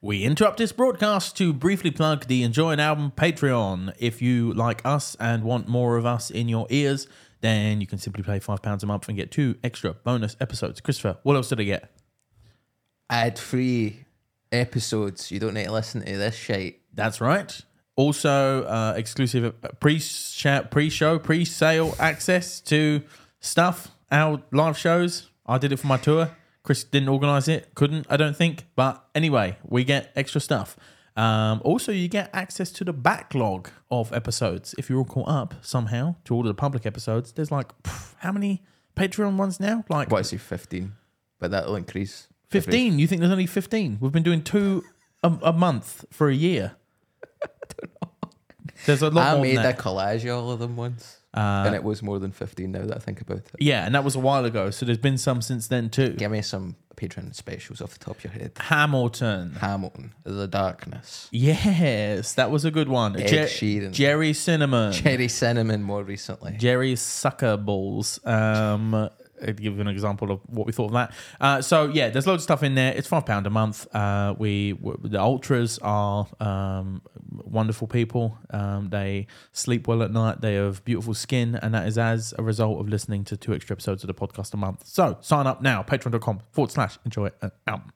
We interrupt this broadcast to briefly plug the Enjoy an Album Patreon. If you like us and want more of us in your ears, then you can simply pay £5 a month and get two extra bonus episodes. Christopher, what else did I get? Ad free episodes. You don't need to listen to this shit. That's right. Also, uh, exclusive pre pre-show, pre-sale access to stuff, our live shows. I did it for my tour. Chris didn't organise it, couldn't, I don't think. But anyway, we get extra stuff. Um, also, you get access to the backlog of episodes. If you're all caught up somehow to all of the public episodes, there's like pff, how many Patreon ones now? Like What is it, 15? But that'll increase. every- 15. You think there's only 15? We've been doing two a, a month for a year. There's a lot I more made than a that. Uh, collage of all of them once. and it was more than 15 now that I think about it. Yeah, and that was a while ago. So there's been some since then too. Give me some Patreon specials off the top of your head. Hamilton. Hamilton, The Darkness, Yes, that was a good one. Ed Sheeran. Jerry Cinnamon. Cherry Cinnamon more recently. Jerry Sucker Balls. Um, I'd give you an example of what we thought of that. Uh, so yeah, there's loads of stuff in there. It's five pound a month. Uh, we w- the ultras are um, wonderful people. Um, they sleep well at night. They have beautiful skin, and that is as a result of listening to two extra episodes of the podcast a month. So sign up now. Patreon.com forward slash enjoy an album.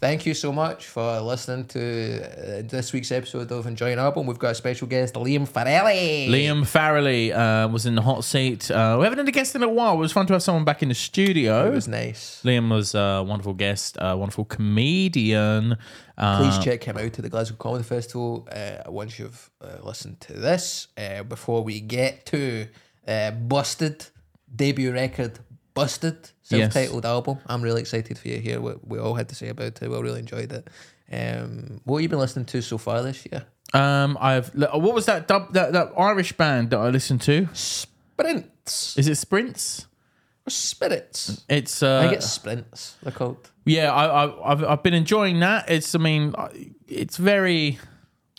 Thank you so much for listening to uh, this week's episode of Enjoy an Album. We've got a special guest, Liam Farrelly. Liam Farrelly uh, was in the hot seat. Uh, we haven't had a guest in a while. It was fun to have someone back in the studio. It was nice. Liam was a wonderful guest, a wonderful comedian. Uh, Please check him out at the Glasgow Comedy Festival uh, once you've uh, listened to this. Uh, before we get to uh, Busted, debut record Busted, Yes. self titled album. I'm really excited for you to hear what we all had to say about it. We all really enjoyed it. Um, what have you been listening to so far this year? um, I've look, what was that, dub, that that Irish band that I listened to? Sprints. Is it Sprints? Or spirits. It's I uh, think it's sprints, they're called. yeah. I, I I've I've been enjoying that. It's I mean, I- it's very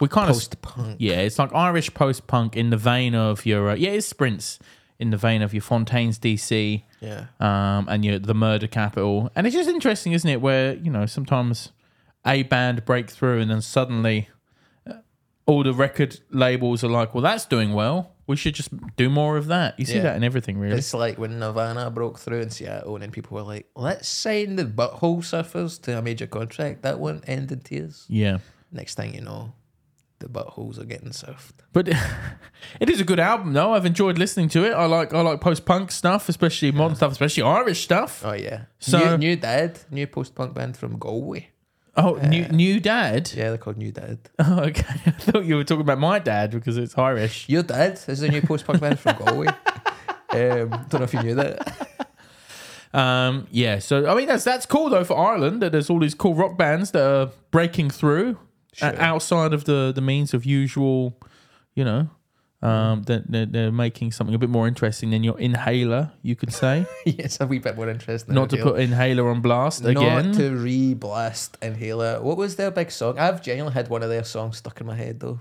we kind of Post punk. yeah. It's like Irish post punk in the vein of your uh, yeah. It's Sprints in the vein of your Fontaines DC. Yeah. um, and you the murder capital. And it's just interesting, isn't it? Where you know sometimes a band break through and then suddenly uh, all the record labels are like, well, that's doing well. We should just do more of that. You see Yeah. that in everything, really. It's like when Nirvana broke through in Seattle, and then people were like, "Let's sign the Butthole Surfers to a major contract." That one ended in tears. yeah, Next thing you know, the buttholes are getting surfed. but it is a good album, though. I've enjoyed listening to it. I like I like post punk stuff, especially modern stuff, especially Irish stuff. Oh yeah, So- new, new Dad, new post punk band from Galway. Oh, new new dad. Yeah, they're called New Dad. Oh, okay, I thought you were talking about my dad because it's Irish. Your Dad is a new post punk band from Galway. Um, don't know if you knew that. Um, yeah, so I mean that's that's cool though for Ireland that there's all these cool rock bands that are breaking through uh, outside of the the means of usual, you know. Um, that they're, they're making something a bit more interesting than your inhaler, you could say. yes, a wee bit more interesting. Not to reveal. put inhaler on blast again. Not to re-blast Inhaler. What was their big song? I've genuinely had one of their songs stuck in my head though.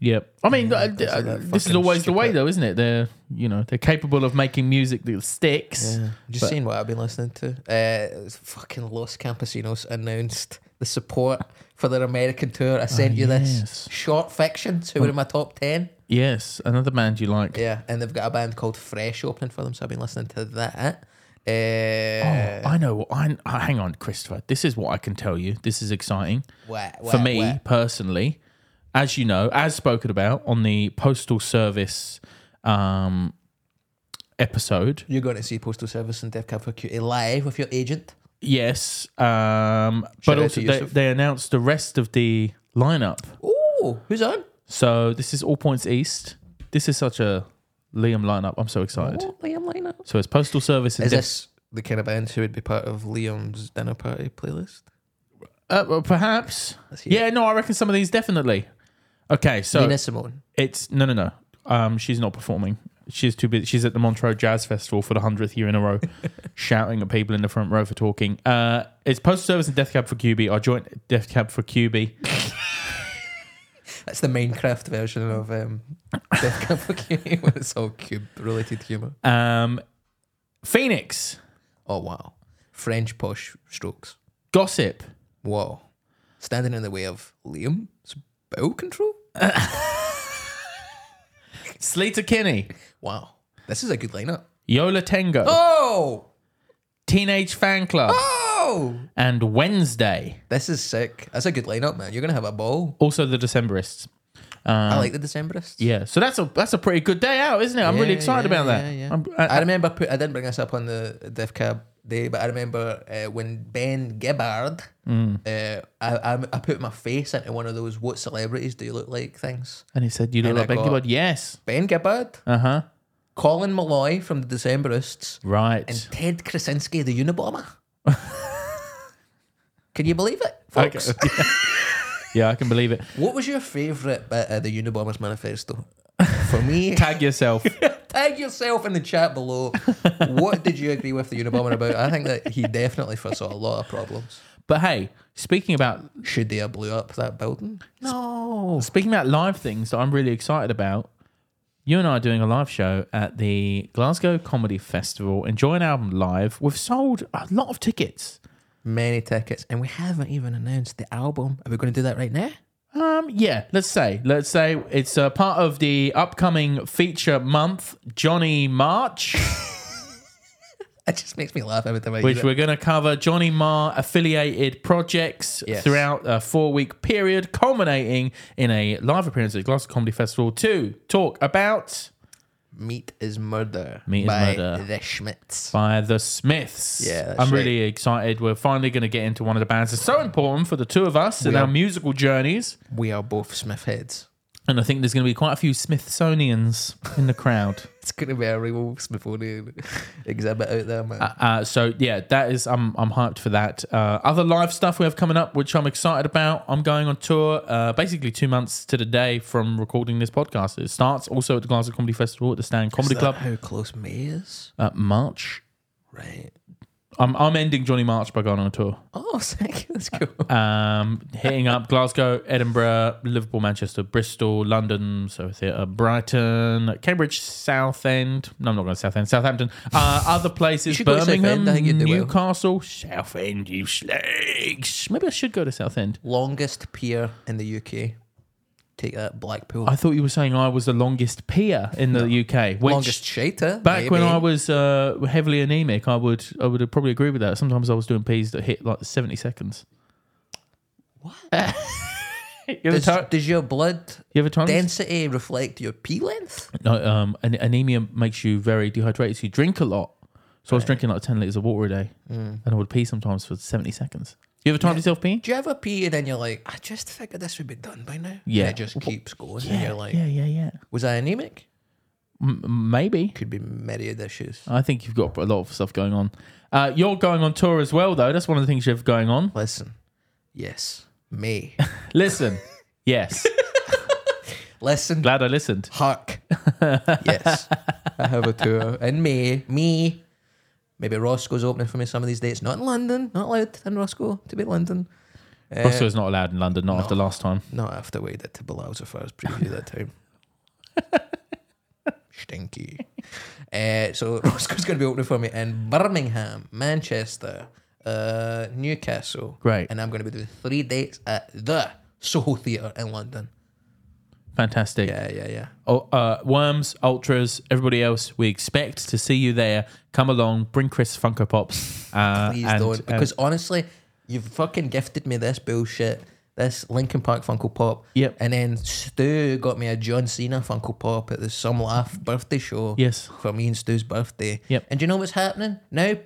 yep. I mean, uh, that's uh, a bit this is fucking always the way, stupid. though, isn't it? They're you know they're capable of making music that sticks. Just seeing what I've been listening to. Uh, fucking Los Campesinos announced the support for their American tour. I sent you yes. this short fiction, so we're in my top ten. Yes, another band you like. Yeah, and they've got a band called Fresh opening for them, so I've been listening to that. Oh, Uh, I know. what I uh, hang on, Christopher. This is what I can tell you. This is exciting. wha- for wha- me wha- personally, as you know, as spoken about on the postal service um, episode, you're going to see Postal Service and Def Cab for Cutie live with your agent. yes, um, Shout but out also to they, Yusuf. they announced the rest of the lineup. Oh, who's on? So this is All Points East. This is such a Liam lineup. I'm so excited. Oh, Liam lineup. So it's postal service. And Is Def- this the kind of band who would be part of Liam's dinner party playlist? uh, well, perhaps? hear Yeah, no, I reckon some of these definitely. Okay, so Nina Simone. It's no, no, no. Um, she's not performing. She's too busy. She's at the Montreux Jazz Festival for the hundredth year in a row, shouting at people in the front row for talking. Uh, it's Postal Service and Death Cab for QB. I joined Death Cab for QB. That's the Minecraft version of um, Death Cab for Cutie when it's all cube related humor. Um, Phoenix, Oh wow, French posh strokes. Gossip, Wow, standing in the way of Liam's bowel control. Sleater Kinney, Wow, this is a good lineup. Yola Tengo, Oh, Teenage Fan Club, oh, and Wednesday. this is sick. That's a good lineup, man. You're gonna have a ball. Also the Decemberists. I like the Decemberists. Yeah, so that's a that's a pretty good day out, isn't it? I'm really Yeah, excited yeah, about that. yeah, yeah. I'm- uh, I I, remember put, I didn't bring this up on the Div Cab day, but I remember uh, when Ben Gibbard, uh, I, I I put my face into one of those "What celebrities do you look like?" things. and he said, "You look And I like Becky got- Wood." Yes. Ben Gibbard, Uh huh. Colin Malloy from the Decemberists, Right. and Ted Krasinski, the Unabomber. Can you believe it, Okay. folks? yeah, I can believe it. What was your favourite bit of the Unabomber's manifesto? For me, Tag yourself. tag yourself in the chat below. what did you agree with the Unabomber about? I think that he definitely foresaw a lot of problems. but hey, speaking about Should they have blew up that building? No. Speaking about live things that I'm really excited about, you and I are doing a live show at the Glasgow Comedy Festival. Enjoy an album live. We've sold a lot of tickets. Many tickets, and we haven't even announced the album. Are we going to do that right now? Um, yeah, let's say, let's say it's a part of the upcoming feature month, Johnny March, It just makes me laugh every time I hear which it. we're going to cover Johnny Marr affiliated projects Yes. throughout a four week period, culminating in a live appearance at Glasgow Comedy Festival to talk about Meat is Murder. Meat is by Murder. The Schmitz. by the Smiths. Yeah, that's I'm right. really excited. We're finally going to get into one of the bands that's so important for the two of us in our musical journeys. We are both Smith heads. And I think there's going to be quite a few Smithsonians in the crowd. It's going to be a real Smithsonian exhibit out there, man. Uh, so yeah, that is I'm I'm hyped for that. Uh, other live stuff we have coming up, which I'm excited about. I'm going on tour, uh, basically two months to the day from recording this podcast. It starts also at the Glasgow Comedy Festival at the Stand Comedy Is Club, that How close May is? uh, March. Right. I'm I'm ending Johnny March by going on a tour. Oh, sick. That's cool. um, hitting up Glasgow, Edinburgh, Liverpool, Manchester, Bristol, London, so theatre, Brighton, Cambridge, Southend. No, I'm not going to Southend. Southampton. Uh, other places: should go to Southend. Birmingham, I think you'd do well. Newcastle, Southend. You slags. Maybe I should go to Southend. Longest pier in the UK. Take that, Blackpool. I thought you were saying I was the longest pier in the UK. Which Longest shater. Back when maybe. I was uh, heavily anemic, I would I would probably agree with that. Sometimes I was doing peas that hit like seventy seconds. What? you ever Does, time? does your blood You ever time? density reflect your pee length? No, um, an- anemia makes you very dehydrated. So you drink a lot. So I was drinking like ten liters of water a day, Mm. and I would pee sometimes for seventy seconds. You ever timed yourself peeing? Do you ever pee and then you're like, I just figured this would be done by now? Yeah. And it just keeps going. And you're like, yeah, yeah, yeah. was I anemic? M- maybe. Could be myriad issues. I think you've got a lot of stuff going on. Uh, you're going on tour as well, though. That's one of the things you have going on. Listen, yes, me. Listen, yes, Listen, glad I listened. hark. yes, I have a tour in May. Me. Maybe Roscoe's opening for me some of these dates. Not in London. Not allowed in Roscoe to be in London. Uh, Roscoe is not allowed in London, not after last time. Not after we did to Bilal's as far as preview that time. Stinky. Uh, so Roscoe's going to be opening for me in Birmingham, Manchester, uh, Newcastle. Great. And I'm going to be doing three dates at the Soho Theatre in London. Fantastic. Yeah, yeah, yeah. Oh, uh, Worms, Ultras, everybody else, we expect to see you there. Come along, bring Chris Funko Pops. Uh, Please and- don't. and- Because honestly, you've fucking gifted me this bullshit. This Linkin Park Funko Pop. Yep. And then Stu got me a John Cena Funko Pop at the Some Laugh birthday show. Yes. For me and Stu's birthday. Yep. And do you know what's happening? Now,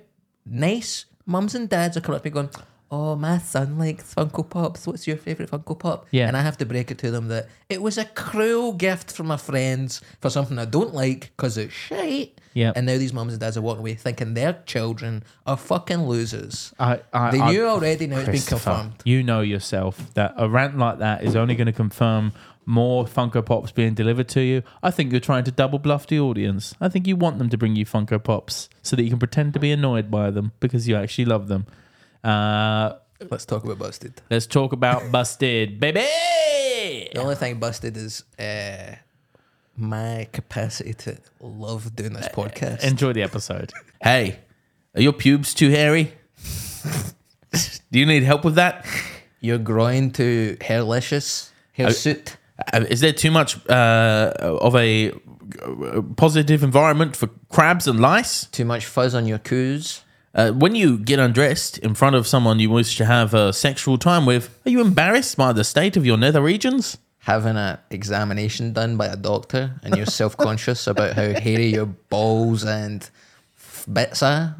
nice mums and dads are coming up to me going, Oh, my son likes Funko Pops. What's your favourite Funko Pop? Yeah. And I have to break it to them that it was a cruel gift from my friends for something I don't like because it's shite. Yep. And now these mums and dads are walking away thinking their children are fucking losers. I, I, They I- knew already, now it's been Christopher, confirmed. You know yourself that a rant like that is only going to confirm more Funko Pops being delivered to you. I think you're trying to double bluff the audience. I think you want them to bring you Funko Pops so that you can pretend to be annoyed by them because you actually love them. Uh, Let's talk about Busted. let's talk about Busted, baby. The only thing Busted is uh, my capacity to love doing this podcast. Enjoy the episode. Hey, are your pubes too hairy? Do you need help with that? Your groin to her licious, her suit. Uh, Is there too much uh, of a uh, positive environment for crabs and lice? Too much fuzz on your coos. Uh, when you get undressed in front of someone you wish to have a sexual time with, are you embarrassed by the state of your nether regions? Having an examination done by a doctor and you're self conscious about how hairy your balls and f- bits are.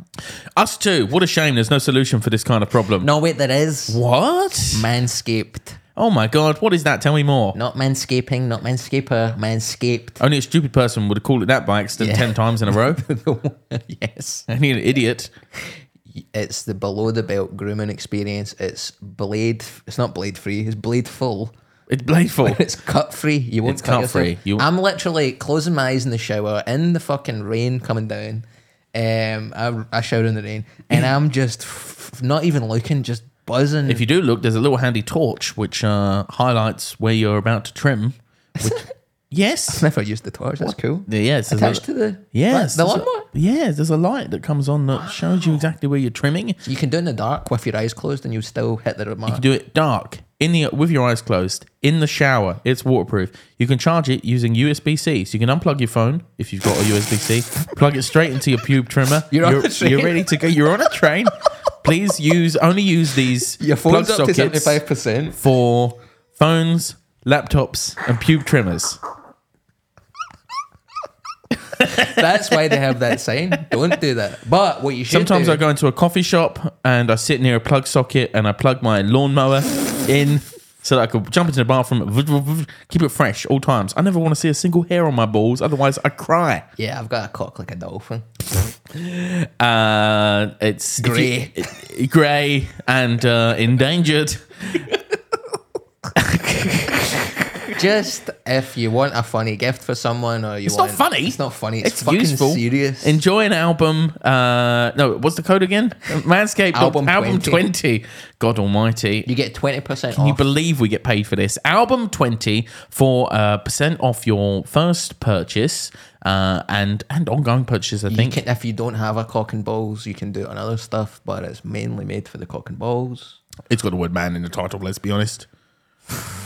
Us too. What a shame there's no solution for this kind of problem. No, wait, there is. What? Manscaped. Oh my god, what is that? Tell me more. Not manscaping, not manscaper, manscaped. Only a stupid person would have called it that by accident Yeah. 10 times in a row. yes. Only an idiot. It's the below the belt grooming experience. It's blade. It's not blade free. It's blade full. It's blameful. It's cut free. You won't It's cut, cut yourself. free. You- I'm literally closing my eyes in the shower in the fucking rain coming down. Um, I, I shower in the rain and I'm just f- not even looking, just buzzing. If you do look, there's a little handy torch which uh, highlights where you're about to trim. Which, yes. never used the torch. That's cool. Yes. there's a- Attached to the yes. the there's a- lawnmower. Yes, there's a light that comes on that shows you exactly where you're trimming. You You can do it in the dark with your eyes closed and you still hit the mark. can do it dark in the with your eyes closed in the shower. It's waterproof. You can charge it using USB-C. So you can unplug your phone if you've got a USB-C, plug it straight into your pube trimmer. You're on a train. you're ready to go. You're on a train. Please use only use these Your phone's plug up to sockets. seventy five percent. for phones, laptops, and pube trimmers. That's why they have that sign. Don't do that. But what you should Sometimes do, I go into a coffee shop and I sit near a plug socket and I plug my lawnmower in so that I could jump into the bathroom, keep it fresh all times. I never want to see a single hair on my balls, otherwise I cry. Yeah, I've got a cock like a dolphin. Uh, it's Grey. grey, and uh, endangered. Just if you want a funny gift for someone, or you It's want not funny. It's not funny. It's, It's fucking useful. serious. Enjoy an album. Uh, no, what's the code again? Manscaped Album album 20. twenty. God Almighty! you get twenty percent Can you off. believe we get paid for this? Album 20 for uh, percent off your first purchase uh, and and ongoing purchase, I You think. can, if you don't have a cock and balls, you can do it on other stuff, but it's mainly made for the cock and balls. It's got the word man in the title, let's be honest.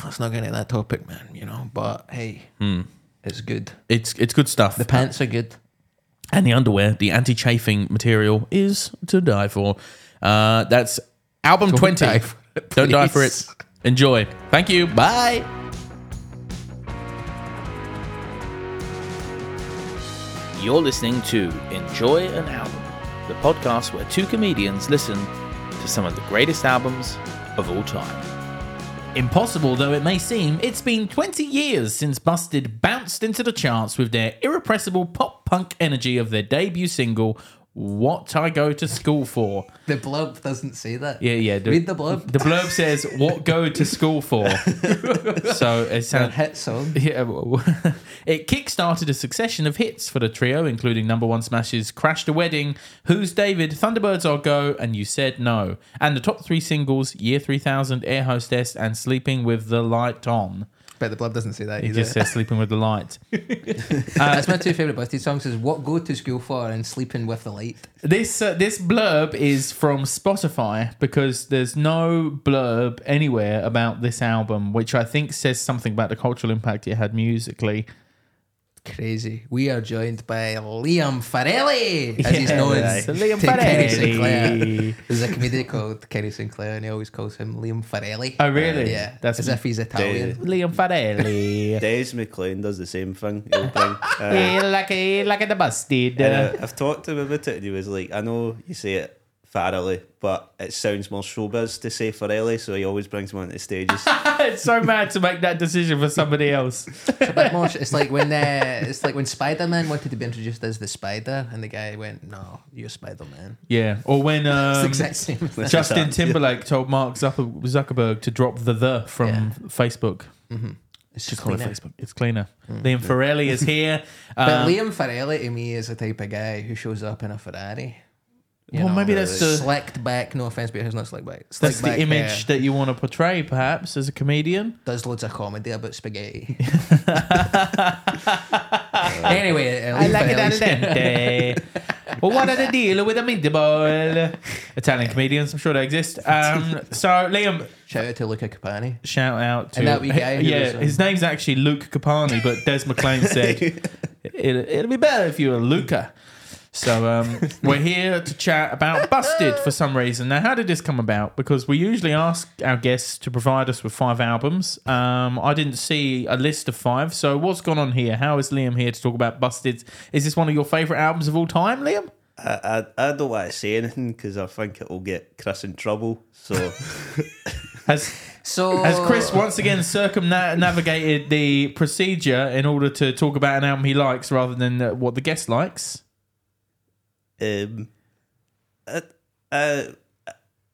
Let's not get into that topic, man. You know, but hey, Hmm. it's good. It's it's good stuff. The pants are good. and the underwear, the anti chafing material is to die for. Uh, that's album 20. die for it, Don't die for it. please. Enjoy. Thank you. Bye. You're listening to Enjoy an Album, the podcast where two comedians listen to some of the greatest albums of all time. Impossible though it may seem, it's been 20 years since Busted bounced into the charts with their irrepressible pop punk energy of their debut single, What I Go to School For. The blurb doesn't say that. Yeah, yeah. The, Read the blurb. The blurb says, "What go to school for?" so it sounds. hit song. Yeah, well, it kick-started a succession of hits for the trio, including number one smashes "Crash the Wedding," "Who's David," "Thunderbirds I'll Go," and "You Said No," and the top three singles "Year 3000," "Air Hostess," and "Sleeping with the Light On." But the blurb doesn't say that It either. just says uh, "Sleeping with the Light." That's my two favourite Busted songs is What Go to School For and Sleeping with the Light. This uh, this blurb is from Spotify because there's no blurb anywhere about this album, which I think says something about the cultural impact it had musically. Crazy. We are joined by Liam Farelli, as he's Yeah, known. it's Liam to Kenny Sinclair. Farelli. There's a comedian called Kenny Sinclair, and he always calls him Liam Farelli. Oh, really? yeah, That's- as if he's Italian. Liam Farelli, Des McLean does the same thing. He'll bring, uh, Yeah, like a, like a the busted. and, uh, I've talked to him about it, and he was like, "I know you say it Farrelly, but it sounds more showbiz to say Farrelly, so he always brings him onto stages." it's so mad to make that decision for somebody else. It's a bit more. It's like when uh, it's like when Spider Man wanted to be introduced as the Spider, and the guy went, "No, you're Spider Man." Yeah, or when It's the um, exact same. thing. Justin Timberlake told Mark Zucker- Zuckerberg to drop the the from Yeah. Facebook. It's Just just call it cleaner. Facebook. It's cleaner. Liam Farelli is here. Hmm. But Um, Liam Farelli to me is the type of guy who shows up in a Ferrari. You well, know, maybe that's the slicked back. No offense, but he's not slicked back. Slicked That's back, the image uh, that you want to portray, perhaps, as a comedian. does loads of comedy about spaghetti. anyway, uh, Liam Farelli's- dente. well, what are the deal with the meatball? Italian comedians, I'm sure they exist. Um, so Liam, Shout out to Luca Capani. shout out to And that wee guy who yeah, was, um, his name's actually Luke Capani, but Des McLean said it, it'll be better if you were Luca. So um, we're here to chat about Busted for some reason. Now, how did this come about? Because we usually ask our guests to provide us with five albums. Um, I didn't see a list of five. So what's gone on here? How is Liam here to talk about Busted? Is this one of your favorite albums of all time, Liam? I, I, I don't want to say anything because I think it will get Chris in trouble. So Has So Has Chris once again circumnavigated the procedure in order to talk about an album he likes rather than uh, what the guest likes? um, I, I,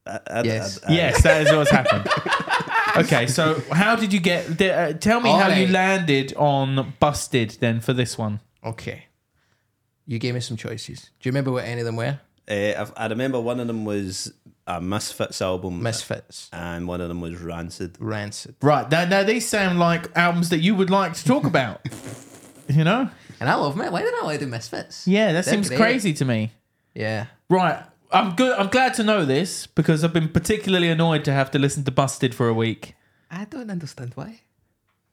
I, I, Yes. I, I, yes, that is what's happened. okay, so how did you get? di- Uh, tell me how you Alright. landed on Busted then for this one. Okay. You gave me some choices. Do you remember what any of them were? Uh, I, I remember one of them was a Misfits album, Misfits, and one of them was Rancid. Rancid. Right now, now these sound like albums that you would like to talk about. you know? And I love them. Why did I like the Misfits? Yeah, that They're seems great. crazy to me. Yeah. Right. I'm good. I'm glad to know this because I've been particularly annoyed to have to listen to Busted for a week I don't understand why.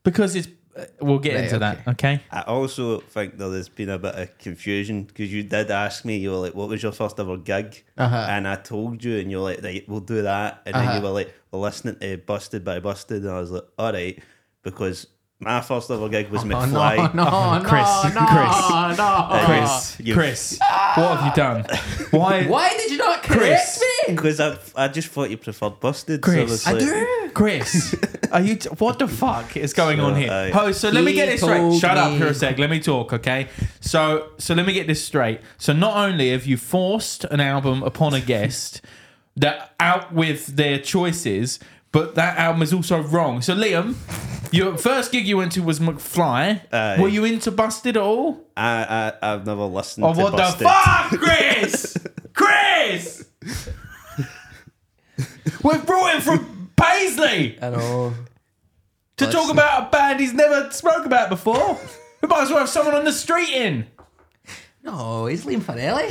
because it's. uh, We'll get Right, into that. Okay. I also think that there's been a bit of confusion because you did ask me, you were like, what was your first ever gig? Uh-huh. And I told you, and you're like, right, we'll do that. And Uh-huh. then you were like, we're listening to Busted by Busted. And I was like, all right, because my first ever gig was Oh, McFly. no, no, no, Chris, no, Chris, no. Chris, Ah, you- Chris, what have you done? Why? Why did you not correct Chris. me? Because I, I just thought you preferred Busted. so Chris. was I like- do. Chris, are you? T- what the fuck is going on here? I- oh, so let me get He this straight. told Shut up me. for a sec. Let me talk, okay? So, so let me get this straight. So, not only have you forced an album upon a guest that out with their choices, but that album is also wrong. So, Liam, your first gig you went to was McFly. Aye. Were you into Busted at all? I, I, I've never listened Oh, to what Busted. the fuck, Chris? Chris! we brought him from Paisley I know. to talk Listen. about a band he's never spoke about before. We might as well have someone on the street in. No, he's Liam Farrelly.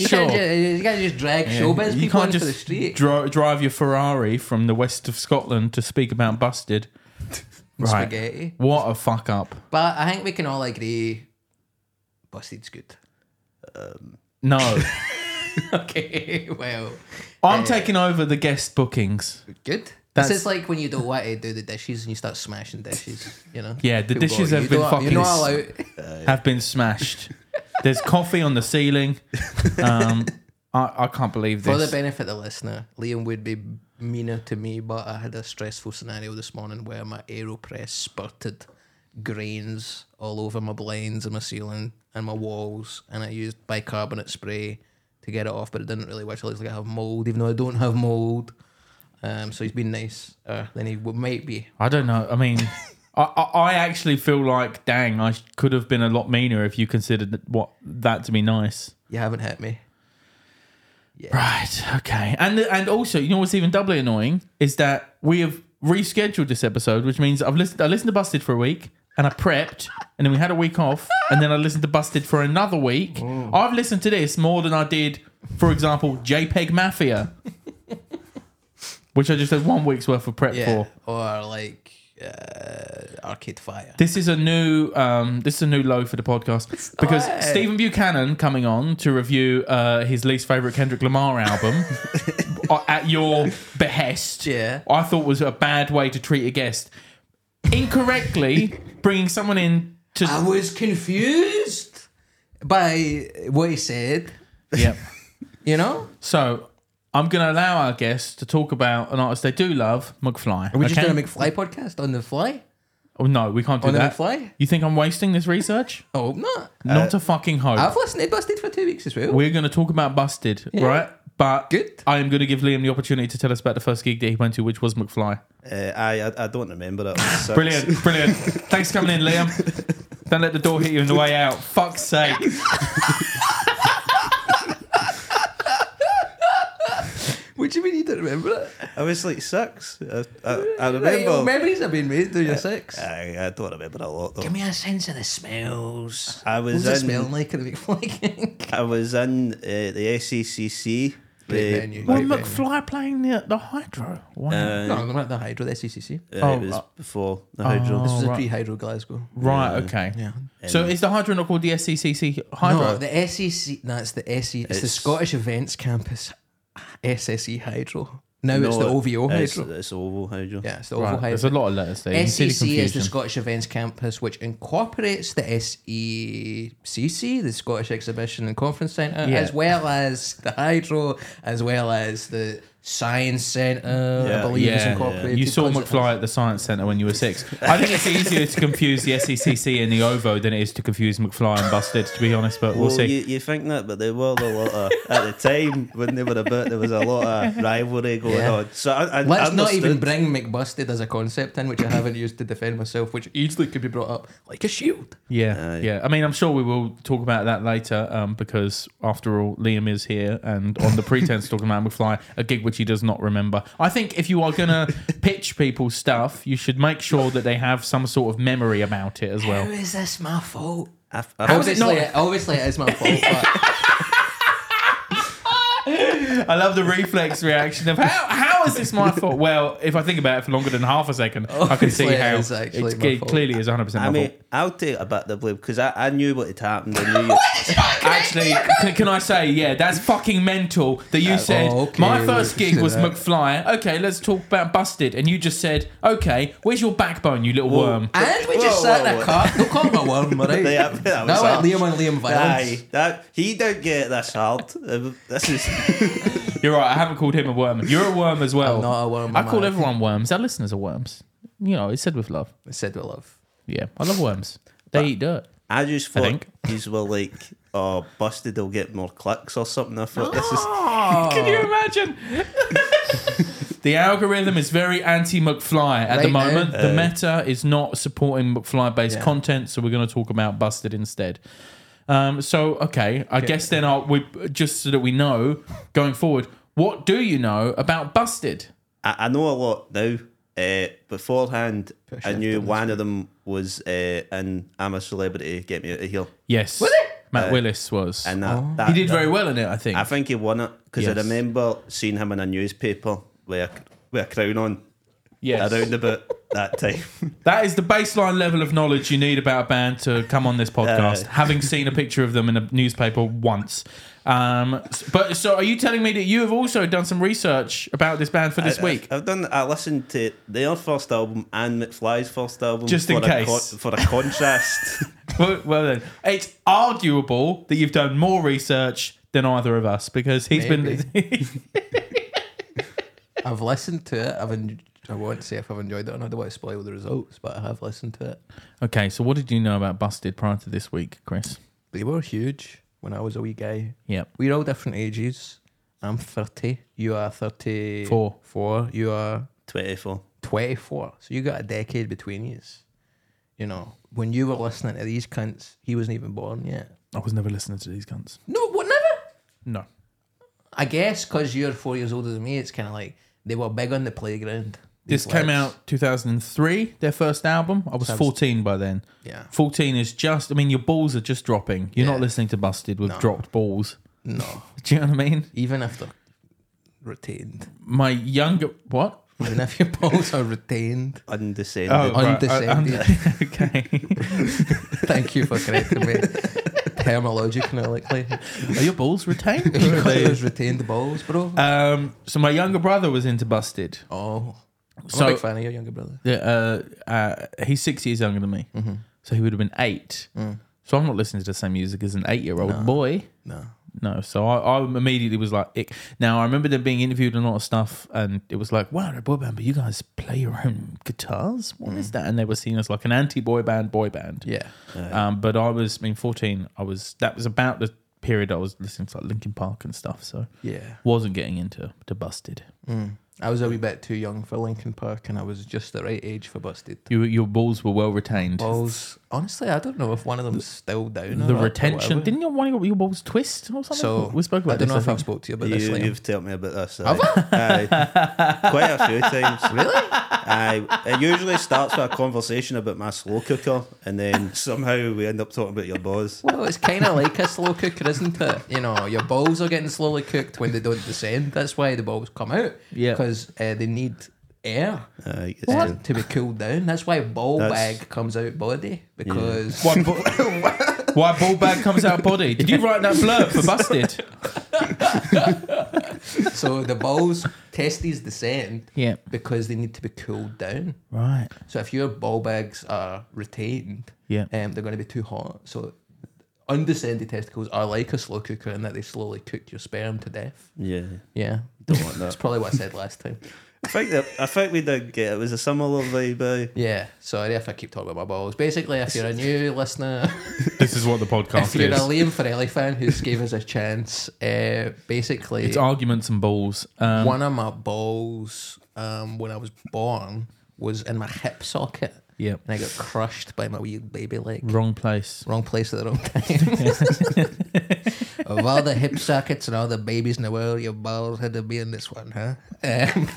you, Sure. can't ju- you can't just drag showbiz you people can't onto just the street. dri- drive your Ferrari from the west of Scotland to speak about Busted. right. Spaghetti. What a fuck up. But I think we can all agree Busted's good. No. Okay, well, I'm taking over the guest bookings. good. That's- this is like when you don't want to do the dishes and you start smashing dishes, you know? Yeah, the People dishes go, have "You been don't- fucking You're not allowed. have been smashed. There's coffee on the ceiling. Um, I, I can't believe For the this. benefit of the listener, Liam would be meaner to me, but I had a stressful scenario this morning where my AeroPress spurted grains all over my blinds and my ceiling and my walls, and I used bicarbonate spray to get it off, but it didn't really work. so It looks like I have mold, even though I don't have mold. Um, so he's been nice. Uh, then he w- might be. I don't know. I mean, I, I, I actually feel like, dang, I could have been a lot meaner if you considered that- what that to be nice. You haven't hit me. Right. Okay. And and also, you know what's even doubly annoying is that we have rescheduled this episode, which means I've listened. I listened to Busted for a week, and I prepped, and then we had a week off, and then I listened to Busted for another week. I've listened to this more than I did, for example, JPEG Mafia, which I just had one week's worth of prep Yeah. for. Or like uh, Arcade Fire. This is a new um, this is a new low for the podcast because not. Stephen Buchanan coming on to review uh, his least favorite Kendrick Lamar album uh, at your behest. Yeah. I thought was a bad way to treat a guest. Incorrectly bringing someone in to I was confused by what he said. yep. You know, So I'm going to allow our guests to talk about an artist they do love, McFly. we just okay? did a McFly podcast on the fly. oh, no, we can't do On the that. McFly. Uh, You think I'm wasting this research? I hope not. Not a fucking hope. I've listened to Busted for two weeks as well. We're going to talk about Busted, right? But Good. I am going to give Liam the opportunity to tell us about the first gig that he went to, which was McFly. Uh, I, I, I don't remember it. It sucks. Brilliant, brilliant. Thanks for coming in, Liam. Don't let the door hit you on the way out. Fuck's sake. what do you mean you don't remember it. I was like six. I, I, I Right, well, remember. memories have been made through your six. I, I don't remember a lot though. Give me a sense of the smells. I What's was it in- smelling like in a McFly I was in uh, the SCCC. Great the- venue. Well, Great venue. McFly playing the, the Hydro. Wow. uh, No, I'm at the Hydro, the E SCCC. uh, Oh, it was uh, before the hydro. This was right. a pre-Hydro Glasgow. right, okay. Yeah. So is the Hydro not called the SCCC No, Hydro? the E SEC. That's the SE. It's, the It's- Scottish Events Campus, SSE Hydro. Now it's the No, OVO It's, Hydro. it's oval hydro. yeah, it's the right, OVO there's Hydro. a lot of letters there. You can see the SEC E is the confusion. Scottish Events Campus, which incorporates the SECC, the Scottish Exhibition and Conference Centre, Yeah. as well as the Hydro, as well as the Science Centre. I Yeah. believe is Yeah, incorporated. you saw because it McFly at the Science Centre when you were six. I think it's easier to confuse the SECC and the OVO than it is to confuse McFly and Busted, to be honest. But we'll, Well, see. you, you think that, but there were a lot of, at the time when they were a bit, there was a lot of rivalry going Yeah. on. So I, I Let's not understood. even bring McBusted as a concept in, which I haven't used to defend myself, which easily could be brought up like a shield. yeah, Aye. yeah. I mean, I'm sure we will talk about that later um, because, after all, Liam is here and on the pretense talking about McFly, a gig which he does not remember. I think if you are going to pitch people stuff, you should make sure that they have some sort of memory about it as well. How is this my fault? I, I, How is it Obviously, not? obviously it is my fault. But I love the reflex reaction of how how is this my fault? Well, if I think about it for longer than half a second, I can see Obviously, it how is actually Oh, it's my clear- fault. clearly is 100 percent my I mean, fault. I'll take a bit of the blame because I, I knew what had happened. I knew Actually, can, can I say, yeah, that's fucking mental that you said Uh, oh, okay, my first let's gig do was that." McFly. Okay, let's talk about Busted, and you just said, okay, where's your backbone, you little worm? and we just Whoa, sat in whoa, a car. Don't call him a worm, right? Yeah, that was Now harsh. Liam and Liam Aye, violence. that he don't get this hard. Uh, This is You're right. I haven't called him a worm. You're a worm as well. I'm not a worm, I I'm call a- everyone worms. Our listeners are worms. You know, it's said with love. Said with love. Yeah, I love worms. They eat dirt. I just I thought think. these were like, oh, busted. They'll get more clicks or something. I thought this is Oh. Can you imagine? Oh. the algorithm is very anti McFly at the Right now. moment. the meta is not supporting McFly based Yeah. content, so we're going to talk about Busted instead. Um, so, okay, I guess then I'll, we just so that we know going forward, what do you know about Busted? I, I know a lot now. Uh, beforehand, Push I it, knew didn't one of them was uh, in I'm a Celebrity, Get Me Out of Here. Yes, was it? Matt Willis was. And that, that, he did that- very well in it, I think. I think he won it because Yes. I remember seeing him in a newspaper with a, with a crown on yes. around about that time. That is the baseline level of knowledge you need about a band to come on this podcast, having seen a picture of them in a newspaper once. Um, s- but so, are you telling me that you have also done some research about this band for this I- week? I've, I've done. I listened to their first album and McFly's first album Just for in a case. for a contrast. well, well then, it's arguable that you've done more research than either of us because he's been. I've listened to it. I've en- I won't say if I've enjoyed it or not. I don't want to spoil the results, but I have listened to it. okay, so what did you know about Busted prior to this week, Chris? They were huge when I was a wee guy. Yep. We're all different ages. I'm 30. You are 34. Four. Four. You are Twenty-four. 24. So you got a decade between you. You know, when you were listening to these cunts, he wasn't even born yet. I was never listening to these guns. No, what, never? No. I guess because you're four years older than me, it's kind of like they were big on the playground. This These came lads. out 2003, their first album. I was 14 by then. Yeah. 14 is just, I mean, your balls are just dropping. You're not Yeah. listening to Busted with dropped balls. No, Do you know what I mean? even if they're retained, My younger, what? even if your balls are retained. Undescended. right, uh, Undescended. und- okay. Thank you for correcting me terminologically. Are your balls retained? Or are they- Those retained balls, bro. um, so my younger brother was into Busted. oh, I'm so- a big fan of your younger brother. Uh, uh, he's six years younger than me. So he would have been eight. So I'm not listening to the same music as an eight year old boy. No, No, so I, I immediately was like, ick. Now I remember them being interviewed and a lot of stuff, and it was like, wow, they're a boy band, but you guys play your own guitars. What is that? And they were seen as like an anti boy band, boy band. Mm. yeah, Um, but I was, I mean, fourteen. I was that was about the period I was listening to like Linkin Park and stuff. So yeah. wasn't getting into to Busted. I was a wee bit too young for Linkin Park, and I was just the right age for Busted. You, your balls were well retained. Balls honestly, I don't know if one of them's still down. or the up or retention. whatever. Didn't your one of your balls twist or something? So we spoke about I don't this. know if think. I've spoke to you about You, this. Liam. you've told me about this. Have I? Quite a few times. Really? Aye. It usually starts with a conversation about my slow cooker, and then somehow we end up talking about your balls. Well, it's kind of like a slow cooker, isn't it? You know, your balls are getting slowly cooked when they don't descend. That's why the balls come out. Yeah. Because uh, they need air Aye, it's uh, good. to be cooled down. That's why ball That's- bag comes out body because Why, bo- why ball bag comes out body? Did you write that blurb for Busted? so the balls testes descend. Yeah. Because they need to be cooled down. Right. So if your ball bags are retained, Yeah. um, they're going to be too hot. So undescended testicles are like a slow cooker in that they slowly cook your sperm to death. Yeah. Yeah. Don't want That's that. probably what I said last time. I think that I think we did get it. was a similar vibe. aye. Yeah, sorry if I keep talking about my balls. Basically, if you're a new listener, This is what the if podcast you're a is. Liam Farrelly fan who gave us a chance, uh, basically, It's arguments and balls. Um, one of my balls um, when I was born was in my hip socket. Yep. And I got crushed by my wee baby leg. Wrong place. Wrong place at the wrong time. of all the hip sockets and all the babies in the world, your balls had to be in this one, huh? Um,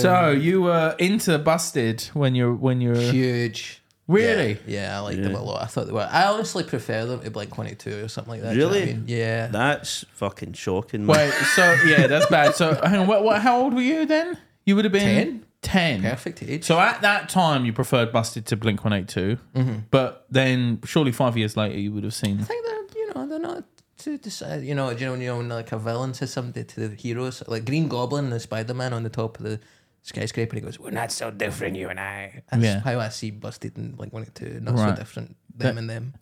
so you were into Busted when you're when you're huge. really. Yeah, I like them a lot. I thought they were. I honestly prefer them to Blink 22 or something like that. do you know what I Really? mean? Yeah. That's fucking shocking. Man. Wait, so yeah, that's bad. So hang on, what, what, how old were you then? You would have been ten. Perfect age. So at that time, you preferred Busted to Blink One Eight Two, but then surely five years later, you would have seen. I think they're, you know, they're not to decide. You know, do you know when you own like a villain says something to the heroes? Like Green Goblin and Spider Man on the top of the skyscraper, he goes, We're not so different, you and I. That's Yeah. how I see Busted and Blink 22. Not Right. so different, them That- and them.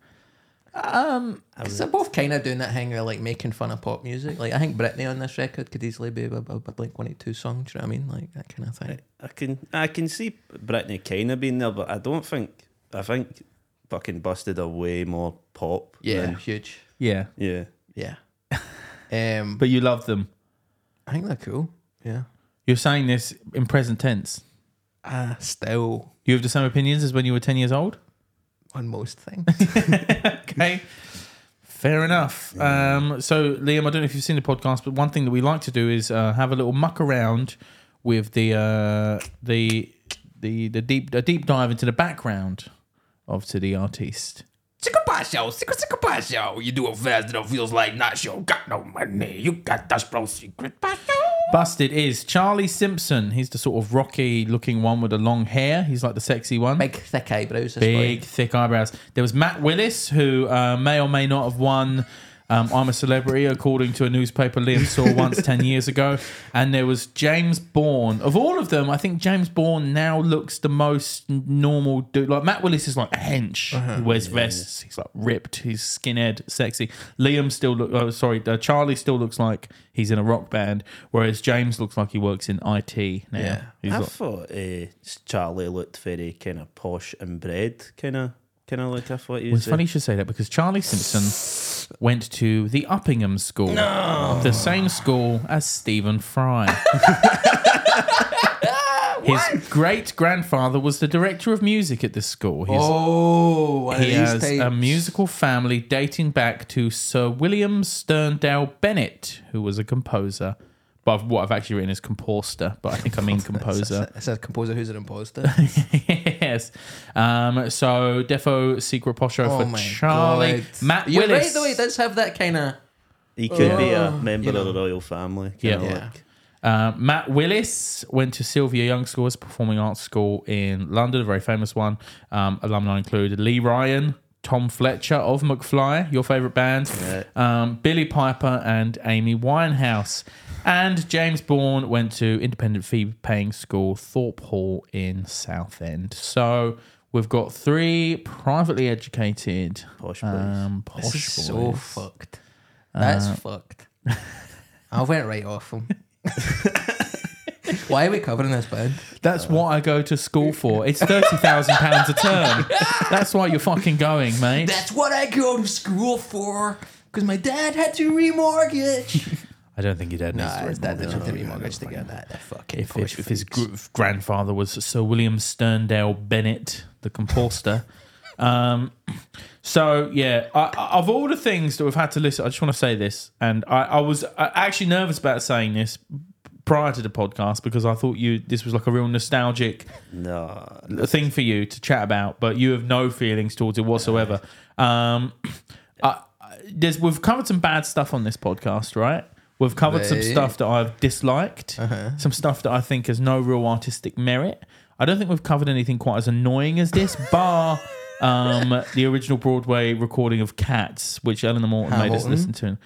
Um, they they're both kind of doing that thing of like making fun of pop music. Like I think Britney on this record could easily be a, a, a Blink One Eight Two song. Do you know what I mean? Like that kind of thing. I can I can see Britney kind of being there, but I don't think I think fucking busted are way more pop. Yeah, than- huge. Yeah, yeah. Yeah. um, but you loved them. I think they're cool. Yeah. You're saying this in present tense. Ah, still You have the same opinions as when you were ten years old. on most things. okay. Fair enough. Um, so, Liam, I don't know if you've seen the podcast, but one thing that we like to do is uh, have a little muck around with the uh, the the the deep a deep dive into the background of to the artiste. Psychopathio, secret psychopathio. You do it fast and it feels like not show. Got no money. You got that bro secret passion. Busted is Charlie Simpson. He's the sort of rocky looking one with the long hair. He's like the sexy one. Big thick eyebrows. This Big, Boy. thick eyebrows. There was Matt Willis, who uh, may or may not have won. Um, I'm a celebrity, according to a newspaper Liam saw once 10 years ago. And there was James Bourne. Of all of them, I think James Bourne now looks the most n- normal dude. Like, Matt Willis is like a hench. He wears vests. He's like ripped. He's skinhead, sexy. Liam still look. Oh, sorry. Uh, Charlie still looks like he's in a rock band, whereas James looks like he works in IT now. Yeah. He's I like- thought uh, Charlie looked very kind of posh and bred, kind of kind of like I thought you Well, it's said. funny you should say that because Charlie Simpson went to the Uppingham School, the same school as Stephen Fry. His great grandfather was the director of music at this school. He's, Oh, one he of has these a types. musical family dating back to Sir William Sterndale Bennett, who was a composer. But I've, what I've actually written is composter, but I think I mean composer. It's a composer who's an imposter. yes. Um, so Defo Secret Posho oh for my Charlie. god. Matt You're Willis. right though. He does have that kind of. He could be a Oh, member you of know. the royal family. Yeah. Kind of Yeah. Like, Uh, Matt Willis went to Sylvia Young School, it's a performing arts school in London, a very famous one. Um, alumni included Lee Ryan, Tom Fletcher of McFly, your favourite band, um, Billy Piper, and Amy Winehouse. And James Bourne went to independent fee paying school Thorpe Hall in Southend. So we've got three privately educated Posh boys. um, posh This is so boys. Uh, fucked. That's fucked. I went right off him. Why are we covering this band? That's what I go to school for. It's thirty thousand pounds a term. That's why you're fucking going, mate. That's what I go to school for. Because my dad had to remortgage. I don't think your dad No, needs to his dad remortgage. didn't have to be mortgaged to get that. They're fucking if, push if, if his freaks. gr- grandfather was Sir William Sterndale Bennett, the composter. um, so yeah, I, I- of all the things that we've had to listen, I just want to say this, and I, I was uh, actually nervous about saying this prior to the podcast because I thought you this was like a real nostalgic No. thing for you to chat about, but you have no feelings towards it whatsoever. Um, I, I- there's, we've covered some bad stuff on this podcast, right? We've covered some Right. stuff that I've disliked, Uh-huh. some stuff that I think has no real artistic merit. I don't think we've covered anything quite as annoying as this, bar um, the original Broadway recording of Cats, which Eleanor Morton made us Hamilton. listen to.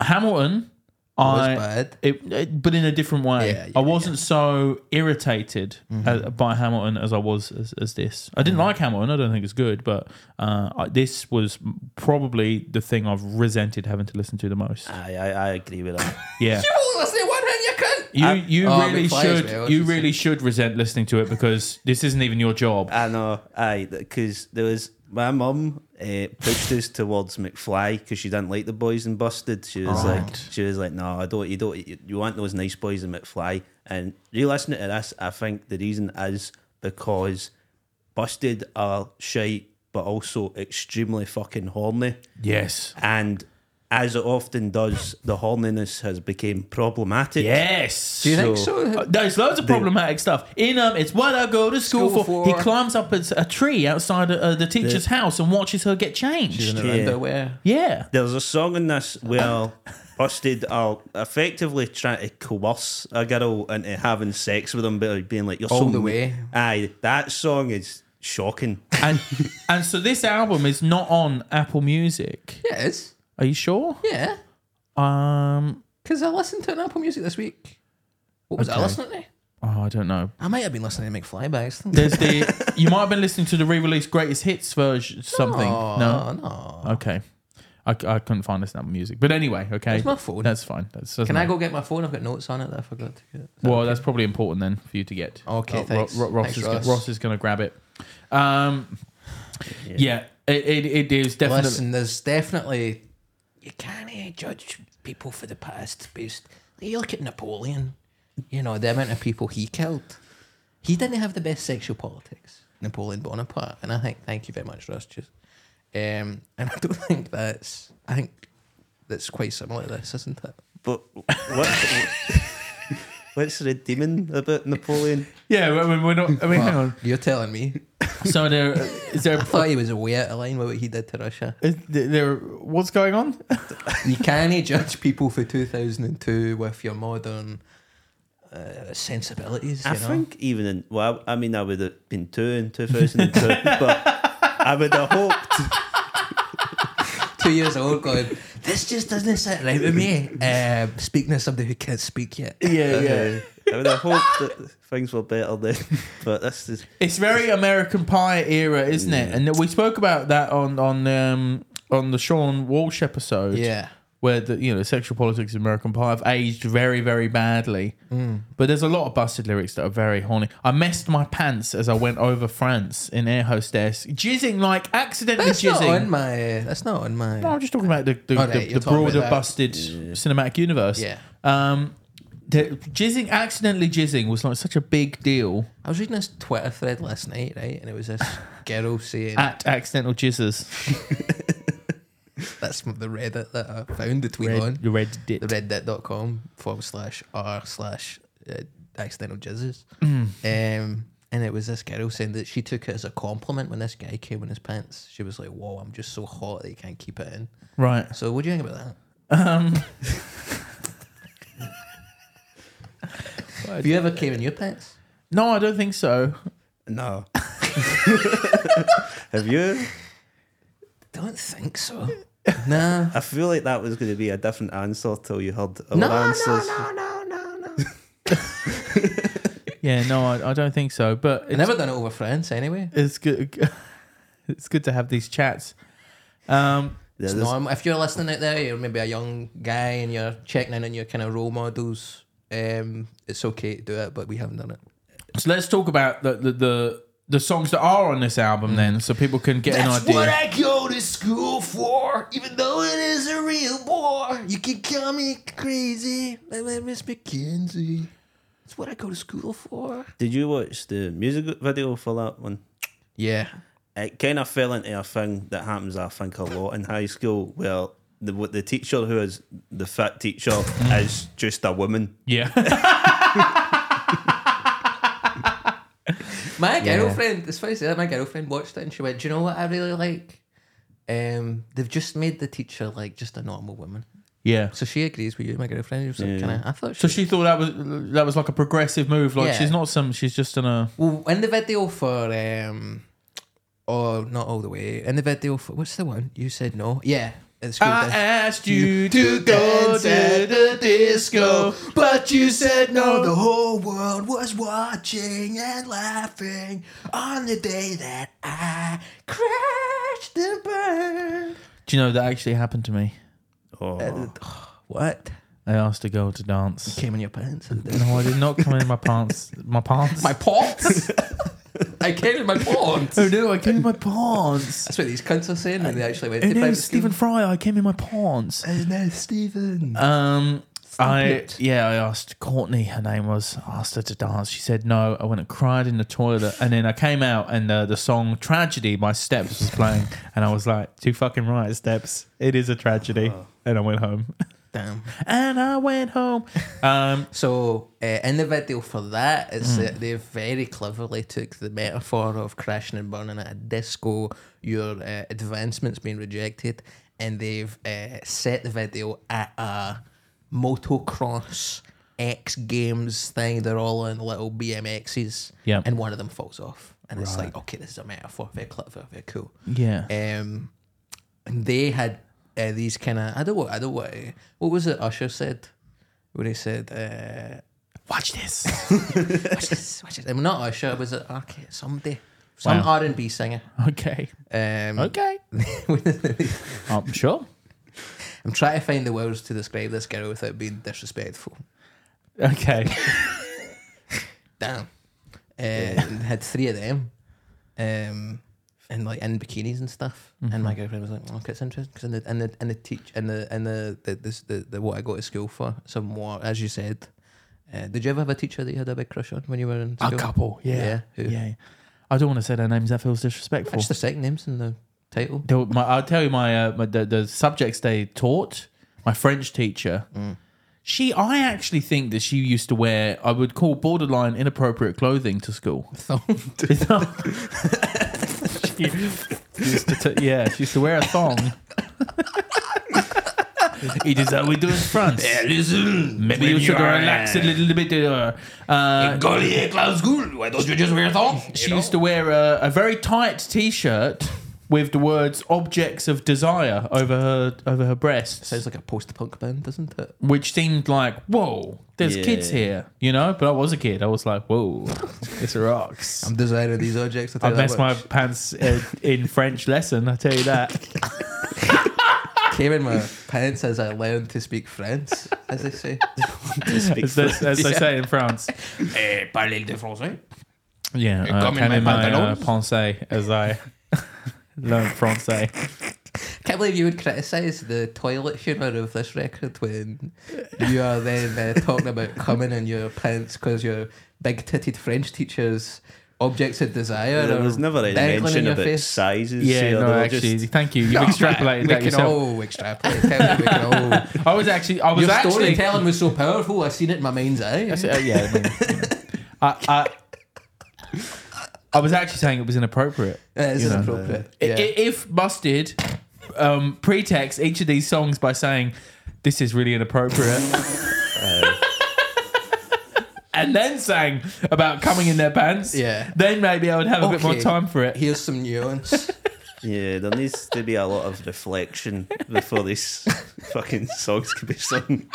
Hamilton, I, bad. it, it- but in a different way. Yeah, Mm-hmm. yeah, I wasn't so irritated uh by Hamilton as I was as, as this. I Mm-hmm. didn't like Hamilton. I don't think it's good, but uh, I, this was probably the thing I've resented having to listen to the most. I, I, I agree with that. Yeah, Listen, what you cunt? you you Oh, I've really been playing, should mate, what you you really should resent listening to it because this isn't even your job. I know, aye, because there was my mum uh, pushed us towards McFly because she didn't like the boys and busted. She was like, she was like, no, I don't. You don't. You, you want those nice boys and McFly? And you listen to this, I think the reason is because busted are shite, but also extremely fucking horny. Yes, And as it often does, the horniness has become problematic. yes. Do you think So- so? Uh, There's loads of problematic stuff. In um, it's what I go to school, School for. for- He climbs up a, a tree outside uh, the teacher's house and watches her get changed. In her Yeah. underwear. Yeah. There's a song in this where Busted are effectively trying to coerce a girl into having sex with him, but being like, "You're All so the me-" way. Aye, that song is shocking. and and so this album is not on Apple Music. Yeah, it is. Are you sure? Yeah. Um, Because I listened to an Apple Music this week. What was I listening to? oh, I don't know. I might have been listening to McFly by accident. There's the you might have been listening to the re-release greatest hits version something. No, Oh, no. okay. I, I couldn't find this in Apple Music, but anyway, okay. It's my phone. That's fine. That's, Can I go get my phone? I've got notes on it that I forgot to get. Well, that's probably important then for you to get. Uh, Okay, Ro- thanks. Ro- Ross, Thanks, is gonna, Ross. Ross is going to grab it. Um, yeah, it, it, it is definitely. Listen, there's definitely you can't eh, judge people for the past based. You look at Napoleon. You know the amount of people he killed. He didn't have the best sexual politics, Napoleon Bonaparte. And I think thank you very much, Russ. Just, um, and I don't think that's. I think that's quite similar to this, isn't it? But what, what's redeeming about Napoleon? Yeah, I mean, we're not. I mean, hang on. You're telling me. So there is there. I thought he was way out of line with what he did to Russia. Is there what's going on? You can't eh, judge people for 2002 with your modern uh, sensibilities. You I know? think even in well, I mean, I would have been two in 2002, but I would have hoped. two years old going, this just doesn't sit right with me. Uh, speaking of somebody who can't speak yet. Yeah, yeah. uh, I would have hoped that things were better then, but this is It's very American Pie era, isn't it? Mm. And we spoke about that on on um, on the Sean Walsh episode. Yeah. Where the you know sexual politics of American Pie have aged very very badly, Mm. but there's a lot of busted lyrics that are very horny. I messed my pants as I went over France in air hostess, jizzing like accidentally That's jizzing. not on my. That's not on my. No, I'm just talking about the the, Oh, right, the- you're the talking about broader that. busted cinematic universe. Yeah. Um, the, jizzing accidentally jizzing was like such a big deal I was reading this Twitter thread last night, right? And it was this girl saying, at accidental jizzers. that's the Reddit that I found the tweet on. Red, red The dit. reddit.com forward slash r slash uh, accidental jizzes. Um, and it was this girl saying that she took it as a compliment when this guy came in his pants. She was like, whoa, I'm just so hot that you can't keep it in. Right. So what do you think about that? Um, Have you ever came in your pants? no, I don't think so. no. have you? Don't think so. nah. I feel like that was going to be a different answer till you heard our No, no, answers. no, no, no, no. Yeah, no, I, I don't think so. But I it's, never done it over France anyway. it's good. It's good to have these chats. Um, Yeah, It's this- normal. If you're listening out there, you're maybe a young guy and you're checking in on your kind of role models, um, it's okay to do it, but we haven't done it. so let's talk about the the the, the songs that are on this album then, so people can get an That's idea. what I go to school for, even though it is a real bore. You can call me crazy. My name is McKenzie. That's what I go to school for. Did you watch the music video for that one? Yeah. It kind of fell into a thing that happens, I think, a lot in high school where the, what the teacher who is the fat teacher Mm. is just a woman. yeah, My girlfriend, it's funny to say that, my girlfriend watched it and she went, Do you know what I really like? Um, they've just made the teacher like just a normal woman. yeah. So she agrees with you, my girlfriend. She was like, kind of, I thought she So she thought that was that was like a progressive move. Like Yeah. she's not some. She's just in a. Well, in the video for um, oh, not all the way. In the video for what's the one you said no? Yeah, it's good. I That's- asked you to go to. the disco, but you said no. The whole world was watching and laughing on the day that I crashed and burned. Do you know that actually happened to me? Oh, What I asked a girl to dance. came in your pants? No, I did not come in my pants. My pants. my pants. I came in my pants. oh no, I came in my pants. That's what these cunts are saying when they actually went Oh to no, private Stephen Fry, I came in my pants. school. No, Stephen. Um, I it. yeah, I asked Courtney. Her name was. I asked her to dance. She said no. I went and cried in the toilet, and then I came out, and uh, the song "Tragedy" by Steps was playing, and I was like, "Too fucking right, Steps. It is a tragedy." Uh-huh. And I went home. Damn. and I went home. Um, So uh, in the video for that, it's that they very cleverly took the metaphor of crashing and burning at a disco, your uh, advancements being rejected, and they've uh, set the video at a motocross X Games thing. They're all in little BMXs, Yep. and one of them falls off, and it's like, okay, this is a metaphor. Very clever, very cool. yeah. Um, and they had uh, these kind of I don't know I don't what what was it Usher said when he said uh, Watch this. watch this watch this I'm not Usher it was it oh, okay somebody some Wow. R and B singer okay. um, Okay. I'm sure. I'm trying to find the words to describe this girl without being disrespectful Okay. damn uh, and had three of them um, and like in bikinis and stuff and my girlfriend was like okay it's interesting because in the in the in the teach in the in the the, this, the the what I go to school for some more as you said uh, did you ever have a teacher that you had a big crush on when you were in A school? couple. Yeah. who? Yeah. I don't want to say their names. That feels disrespectful. Just the second names in the title. They were- my, I'll tell you my, uh, my the, the subjects they taught. My French teacher, she I actually think that she used to wear I would call borderline inappropriate clothing to school. she used to t- yeah, she used to wear a thong. it is how we do in France. listen. Maybe you should relax a little bit. Uh, uh, Go to the clown school. Why don't you just wear a thong? she used to wear a, a very tight t-shirt with the words "objects of desire" over her over her breasts. Sounds like a post-punk band, doesn't it? which seemed like whoa there's Yeah. kids here you know but i was a kid i was like whoa this rocks I'm designing these objects. i messed my pants uh, in french lesson i tell you that came in my pants as I learned to speak French, as they say. as, they, as they say in france Eh, parler de français. yeah i come came in my in my uh, pantaloons? pensée as i learned francais Can't believe you would criticise the toilet humour of this record when you are then uh, talking about coming in your pants because your big-titted French teachers. Objects of desire. there are was never any dangling in mention your about face. sizes. yeah here. no They were actually just- thank you you've extrapolated We that can yourself all extrapolate. Tell me we can i all. was actually i was Your actually storytelling was so powerful. I seen it in my mind's eye. That's it, uh, yeah, I, mean, you know. I, I, I was actually saying it was inappropriate. That is you know. inappropriate. I- Yeah. i- If busted, um, pretext each of these songs by saying this is really inappropriate. And then sang about coming in their pants. Yeah. Then maybe I would have a bit more Okay. time for it. Here's some nuance. Yeah, there needs to be a lot of reflection before these fucking songs can be sung.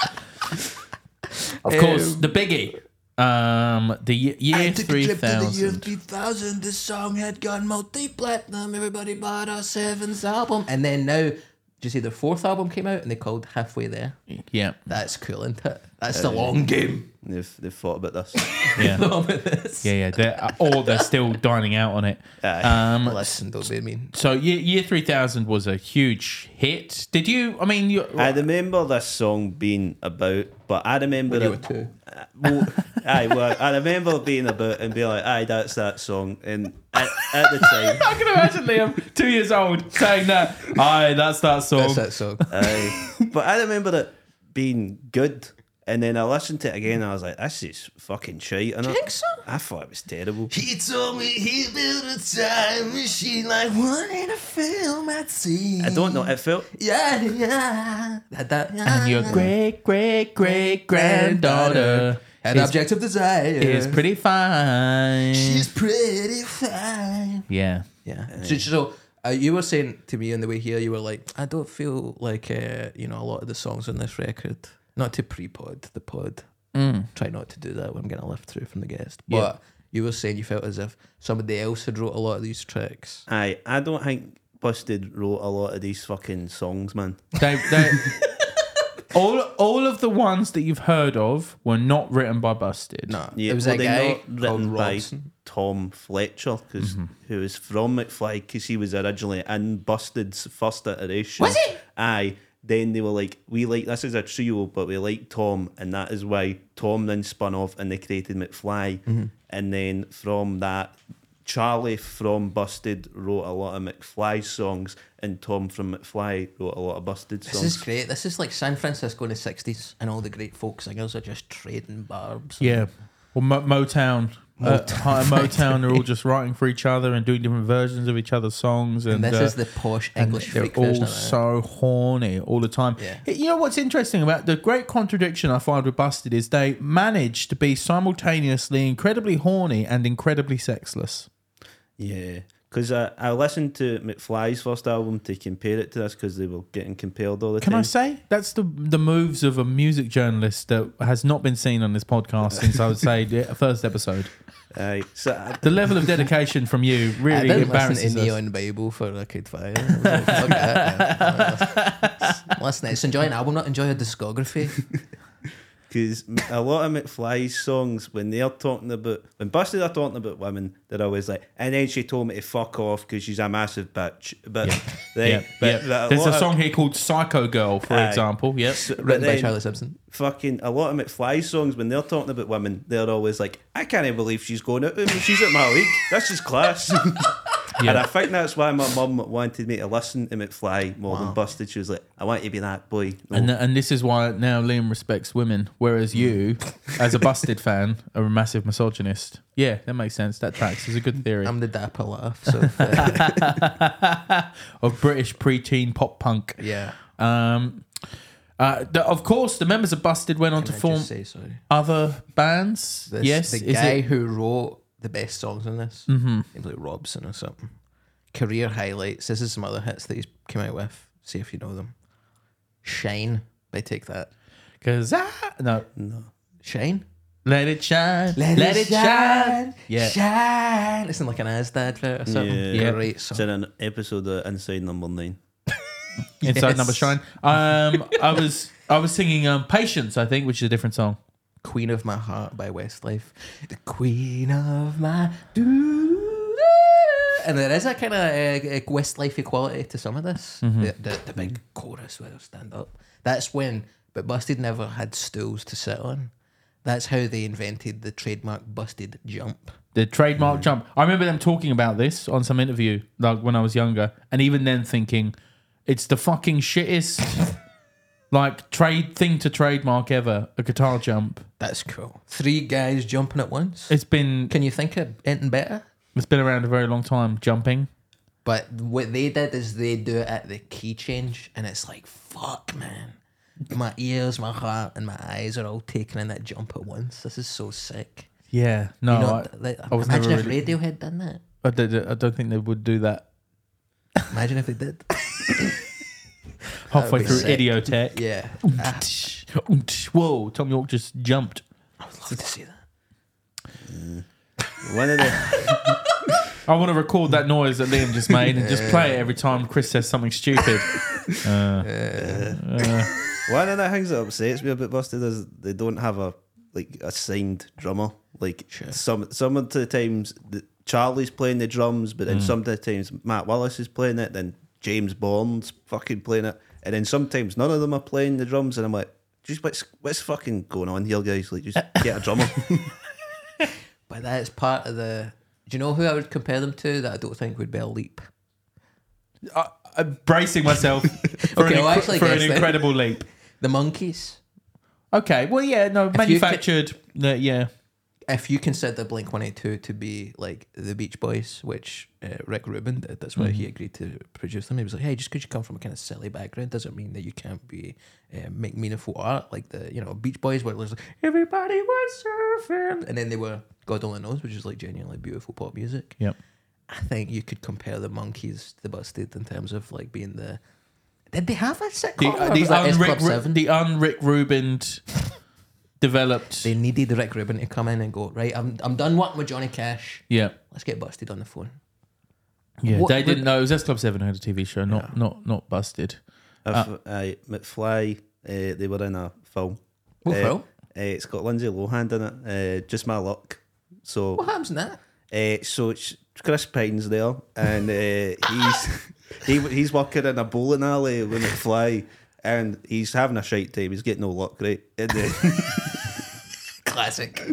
Of course, the biggie. Um, the ye- year three thousand. 3000. This song had gone multi platinum. Everybody bought our seventh album. And then now, do you see their fourth album came out and they called Halfway There? Yeah. That's cool, isn't it? That's the long game. They've they've thought about this. Yeah, this. yeah, yeah. They're, or they're still dining out on it. Uh, Aye. Um, Listen, don't be mean. so year, year three thousand was a huge hit. Did you? I mean, you, I remember this song being about, but I remember You were it- two. Uh, well, aye, well, I remember it being about and being like, aye, that's that song. And at, at the time, I can imagine Liam, two years old, saying that. Aye, that's that song. That's that song. Aye. But I remember it being good. And then I listened to it again and I was like, this is fucking shit. And I, think so? I thought it was terrible. He told me he built a time machine like one in a film I'd seen. I don't know. It felt. Yeah, yeah. That, that, yeah. And your great great great granddaughter Had objective desire. is pretty fine. She's pretty fine. yeah. Yeah. So, so uh, you were saying to me on the way here, you were like, I don't feel like, uh, you know, a lot of the songs on this record, not to pre pod, the pod. Try not to do that when I'm getting a lift through from the guest. But you were saying you felt as if somebody else had wrote a lot of these tracks. Aye, I don't think Busted wrote a lot of these fucking songs, man. They, they, all all of the ones that you've heard of were not written by Busted. No, Yeah, it was were a they guy called not written Mm-hmm. by Robson. Tom Fletcher, because who was from McFly, because he was originally in Busted's first iteration. Was it? Aye. Then they were like, we like this is a trio, but we like Tom, and that is why Tom then spun off and they created McFly, and then from that. Charlie from Busted wrote a lot of McFly songs, and Tom from McFly wrote a lot of Busted This songs. is great. This is like San Francisco in the 60s, and all the great folk singers are just trading barbs. Yeah. Well, Mo- Motown. Uh, hi- Motown are all just writing for each other and doing different versions of each other's songs. And, And this uh, is the posh and English they're freak version all of that. so horny all the time. Yeah. You know what's interesting about the great contradiction I find with Busted is they manage to be simultaneously incredibly horny and incredibly sexless. Yeah, because I, I listened to McFly's first album to compare it to this because they were getting compared all the Can time. I say that's the the moves of a music journalist that has not been seen on this podcast since I would say the first episode. Aye, so I, The level of dedication from you I really didn't listen embarrasses to us. Neon Bible for a kid five. I was like, Fuck that, man. Listen, it's enjoy an album, not enjoy a discography. because a lot of McFly's songs when they're talking about when Busted are talking about women, they're always like, and then she told me to fuck off because she's a massive bitch. But they, Yeah, but, yeah. but There's lot a of- song here called Psycho Girl, for Aye. example. Yep. but Written by then Charlie Simpson. Fucking a lot of McFly's songs when they're talking about women, they're always like, I can't believe she's going out. with me. She's at my league. This is class. And I think that's why my mum wanted me to listen to McFly more than Busted. She was like, I want you to be that boy. No. And, and this is why now Liam respects women, whereas you, as a Busted fan, are a massive misogynist. Yeah, that makes sense. That tracks. It's a good theory I'm the dapper laugh. So uh, of British preteen pop punk. yeah, Um, uh, the, of course, the members of Busted went on to I form just say sorry. other bands. This, yes, the is guy it- who wrote the best songs in this, mm-hmm. named like Robson or something. Career highlights. This is some other hits that he's came out with. See if you know them. Shine by Take That. Cause I, no, Mm. Shine. let it shine, let, it shine. Yeah. Shine. It's in like an Asda advert or something. Yeah. Great It's song. in an episode of Inside Number Nine. Inside Yes. number shine. Um, I was I was singing um, Patience, I think, which is a different song. Queen of My Heart by Westlife. The Queen of My doo And there is a kind of uh, Westlife equality to some of this. The, the, the big chorus where they'll stand up. That's when, but Busted never had stools to sit on. That's how they invented the trademark Busted jump. The trademark jump. I remember them talking about this on some interview, like when I was younger, and even then thinking, it's the fucking shittest, like trade thing to trademark ever. A guitar jump. That's cool. Three guys jumping at once. It's been Can you think of anything better? it's been around a very long time. Jumping. But what they did is they do it at the key change, and it's like, fuck, man. My ears, my heart, and my eyes are all taken in that jump at once. This is so sick. Yeah. No. You know, I, like, I was imagine never if really- Radiohead done that. I, did, I don't think they would do that Imagine if they did. halfway be through sick. Idiotech. yeah. I Whoa! Tom York just jumped. would love to see that. One of the I want to record that noise that Liam just made and just play it every time Chris says something stupid. Uh, one of the things that upsets me about Busted is they don't have a like a signed drummer. Like some some of the times the, Charlie's playing the drums, but Mm. then some of the times Matt Wallace is playing it, then James Bond's fucking playing it, and then sometimes none of them are playing the drums, and I'm like, just what's what's fucking going on here, guys? Like, just get a drummer. But that's part of the. Do you know who I would compare them to that I don't think would be a leap? I, I'm bracing myself for, Okay, an, well, I inc- actually for an guessed then. incredible leap. The Monkeys. Okay. Well, yeah. No, you could- manufactured. no, yeah. If you consider Blink 182 to be like the Beach Boys, which uh, Rick Rubin did, that's why he Mm-hmm. agreed to produce them. He was like, hey, just because you come from a kind of silly background doesn't mean that you can't be uh, make meaningful art. Like the, you know, Beach Boys were just like, everybody was surfing. And then they were God Only Knows, which is like genuinely beautiful pop music. Yep. I think you could compare the monkeys to the Busted in terms of like being the. Did they have a The, sitcom? uh, or the was that S unrick, Club Ru- 7? the unrick Rubin developed. they needed Rick Rubin to come in and go right. I'm I'm done working with Johnny Cash. yeah. Let's get busted on the phone. Yeah. What they would- didn't know it was S Club Seven who had a TV show, not not not busted. Ah. I've- aye, McFly, uh, they were in a film. What Uh, film? uh, it's got Lindsay Lohan in it. Uh, just my luck. So, What happens in that? uh, so it's Chris Pine's there, and uh, he's he, he's working in a bowling alley with McFly, and he's having a shite time. He's getting no luck, right? And eh, then, Classic.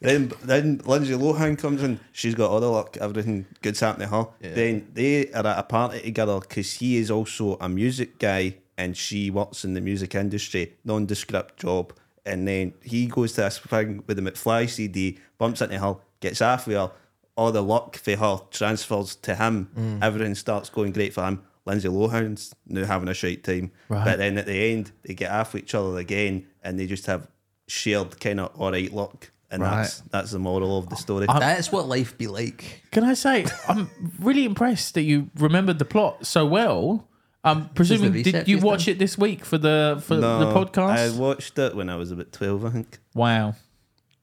then then Lindsay Lohan comes in. She's got all the luck. Everything good's happening to her. Then they are at a party together because he is also a music guy and she works in the music industry, nondescript job. And then he goes to this thing with the McFly CD, bumps into her, gets half with her. All the luck for her transfers to him. Everything starts going great for him. Lindsay Lohan's now having a shite time. But then at the end, they get half with each other again and they just have shared kind of all right luck. And that's that's the moral of the story. That's what life be like. Can I say I'm really impressed that you remembered the plot so well. I'm presuming research did you he's watch done. it this week for the for the I podcast? watched it when I was about 12, I think. wow,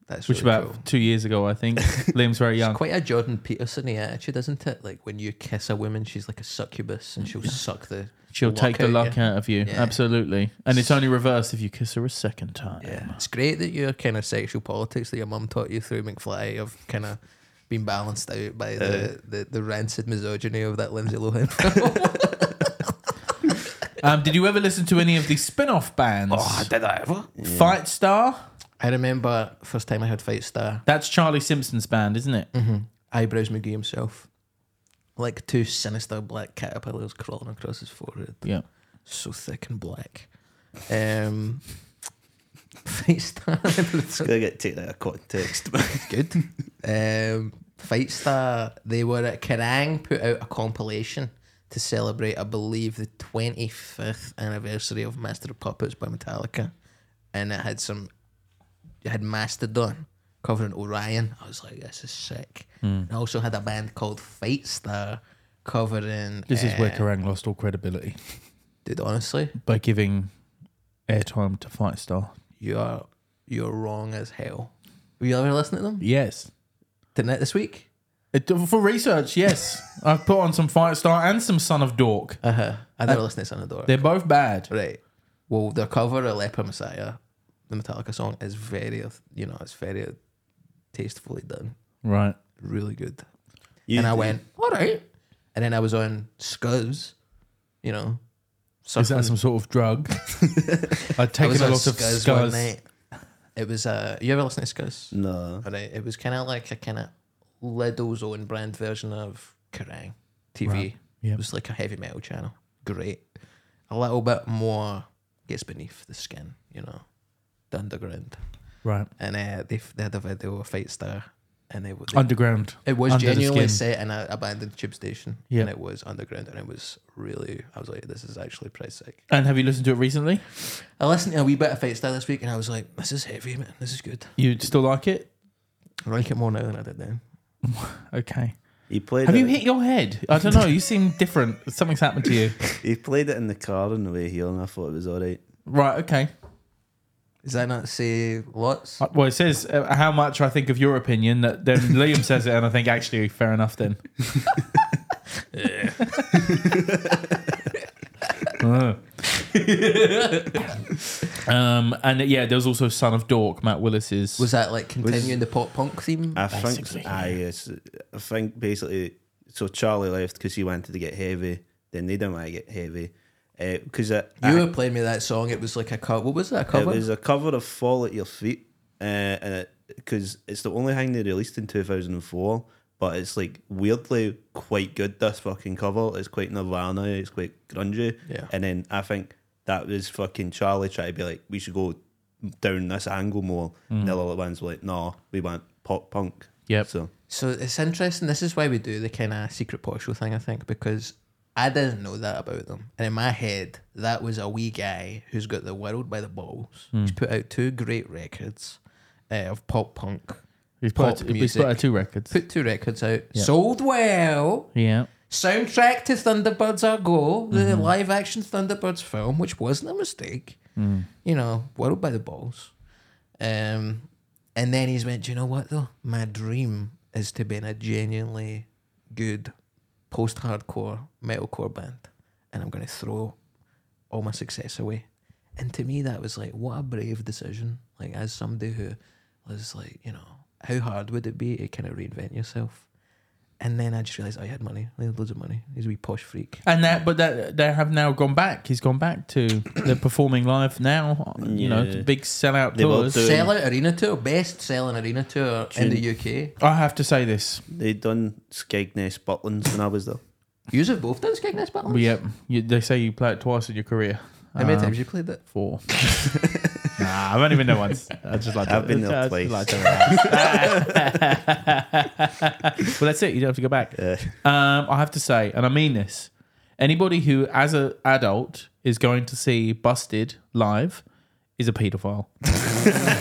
That's which really about cool. two years ago, I think. Liam's very young. Quite a Jordan Peterson attitude, isn't it? Like when you kiss a woman, she's like a succubus and she'll suck the. She'll take the out luck you. out of you. Yeah. Absolutely. And it's only reversed if you kiss her a second time. Yeah. It's great that your kind of sexual politics that your mum taught you through McFly have kind of been balanced out by the, the, the rancid misogyny of that Lindsay Lohan film. Um, did you ever listen to any of the spin off bands? Oh, did I ever? Fight Star? I remember first time I heard Fight Star, That's Charlie Simpson's band, isn't it? Mm-hmm. eyebrows McGee himself. Like two sinister black caterpillars crawling across his forehead. Yeah. So thick and black. Um Fight Star Gotta get taken out of context. good. Um, Fight Star, they were at Kerrang, put out a compilation to celebrate, I believe, the 25th anniversary of Master of Puppets by Metallica. And it had some, it had Mastodon covering Orion. I was like, this is sick. Hmm. And I also had a band called Fight Star covering. This is where uh, Kerrang lost all credibility Dude, honestly, by giving airtime to Fight Star. you are, you're wrong as hell. Have you ever listened to them? Yes. Didn't it this week? It, for research, yes. I've put on some Fight Star and some Son of Dork. Uh huh. I never listened to Sonadora. They're both bad. Right. Well, their cover of Leper Messiah, the Metallica song, is very, you know, it's very tastefully done. Right. Really good. You- and I went, all right. And then I was on Scuzz, you know. Is that sucking- some sort of drug? I'd I taken a on lot of Scuzz one scuzz. night. It was, uh, you ever listen to Scuzz? no. All right. It was kind of like a kind of Lidl's own brand version of Kerrang TV. Yep. It was like a heavy metal channel. Great. A little bit more gets beneath the skin, you know, the underground. Right. And uh, they, f- they had a video of Fight Star, and they, were- they Underground. it was Under the genuinely skin. set in an abandoned tube station, Yeah. and it was underground, and it was really. I was like, this is actually pretty sick. And have you listened to it recently? I listened to a wee bit of Fight Star this week, and I was like, this is heavy, man. This is good. You still like it? I like it more now than I did then. Okay. He played Have it, you hit your head? I don't know. You seem different. Something's happened to you. He played it in the car on the way here and I thought it was alright. Right. Okay. Does that not say lots? Uh, Well, it says uh, how much I think of your opinion. That then Liam says it, and I think actually fair enough. Then. Uh. Um, and yeah, there was also Son of Dork, Matt Willis's. Was that like continuing the pop punk theme? I think, aye, yes. I think basically, so Charlie left because he wanted to get heavy. Then they didn't want to get heavy because uh, you I- were playing me that song. It was like a cover. What was that it cover? was a cover of "Fall at Your Feet," uh, and because it's the only thing they released in two thousand and four. But it's like weirdly quite good. This fucking cover. It's quite Nirvana. It's quite grungy. Yeah. And then I think that was fucking Charlie trying to be like, we should go down this angle more. And Mm. the other ones were like, no, we want pop punk. Yep. So So it's interesting. This is why we do the kind of secret pot show thing, I think, because I didn't know that about them. And in my head, that was a wee guy who's got the world by the balls. Hmm. He's put out two great records uh, of pop punk. he's pop put, out- he's put out two records. Put two records out, sold well. yeah. Soundtrack to Thunderbirds Are Go, the live action Thunderbirds film, which wasn't a mistake. You know, world by the balls. Um, and then he's went, Do you know what though? My dream is to be in a genuinely good post hardcore metalcore band. And I'm going to throw all my success away. And to me, that was like, what a brave decision. Like, as somebody who was like, you know, how hard would it be to kind of reinvent yourself? And then I just realized I had money. I had loads of money. He's a wee posh freak. And that, but that they have now gone back. He's gone back to they're performing live now. You know, Yeah. big sellout They will tours. do. Sell out arena tour, best selling arena tour in the UK. I have to say this. they'd done Skegness Butlins when I was there. Yous have both done Skegness Battles. But yeah, um, you, they say you play it twice in your career. How many Um, times you played that? Four. nah, I've only been there once. I just like. to- I've been there I just twice. like to- well, that's it. You don't have to go back. Um, I have to say, and I mean this: anybody who, as an adult, is going to see Busted live is a paedophile.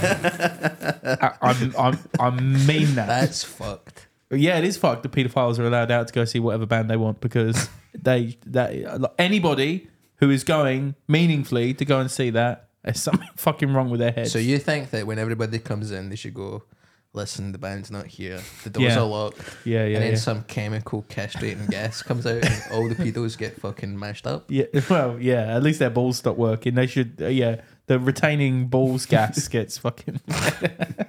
I, I'm, I'm, I mean that. That's fucked. Yeah, it is fucked. The paedophiles are allowed out to go see whatever band they want because they that like, anybody who is going meaningfully to go and see that, there's something fucking wrong with their head. So you think that when everybody comes in, they should go, listen, the band's not here, the doors Yeah. are locked, yeah, yeah, and then yeah. some chemical castrating gas comes out, and all the pedos get fucking mashed up. yeah. Well, yeah. At least their balls stop working. They should. Uh, yeah, the retaining balls gas gets fucking.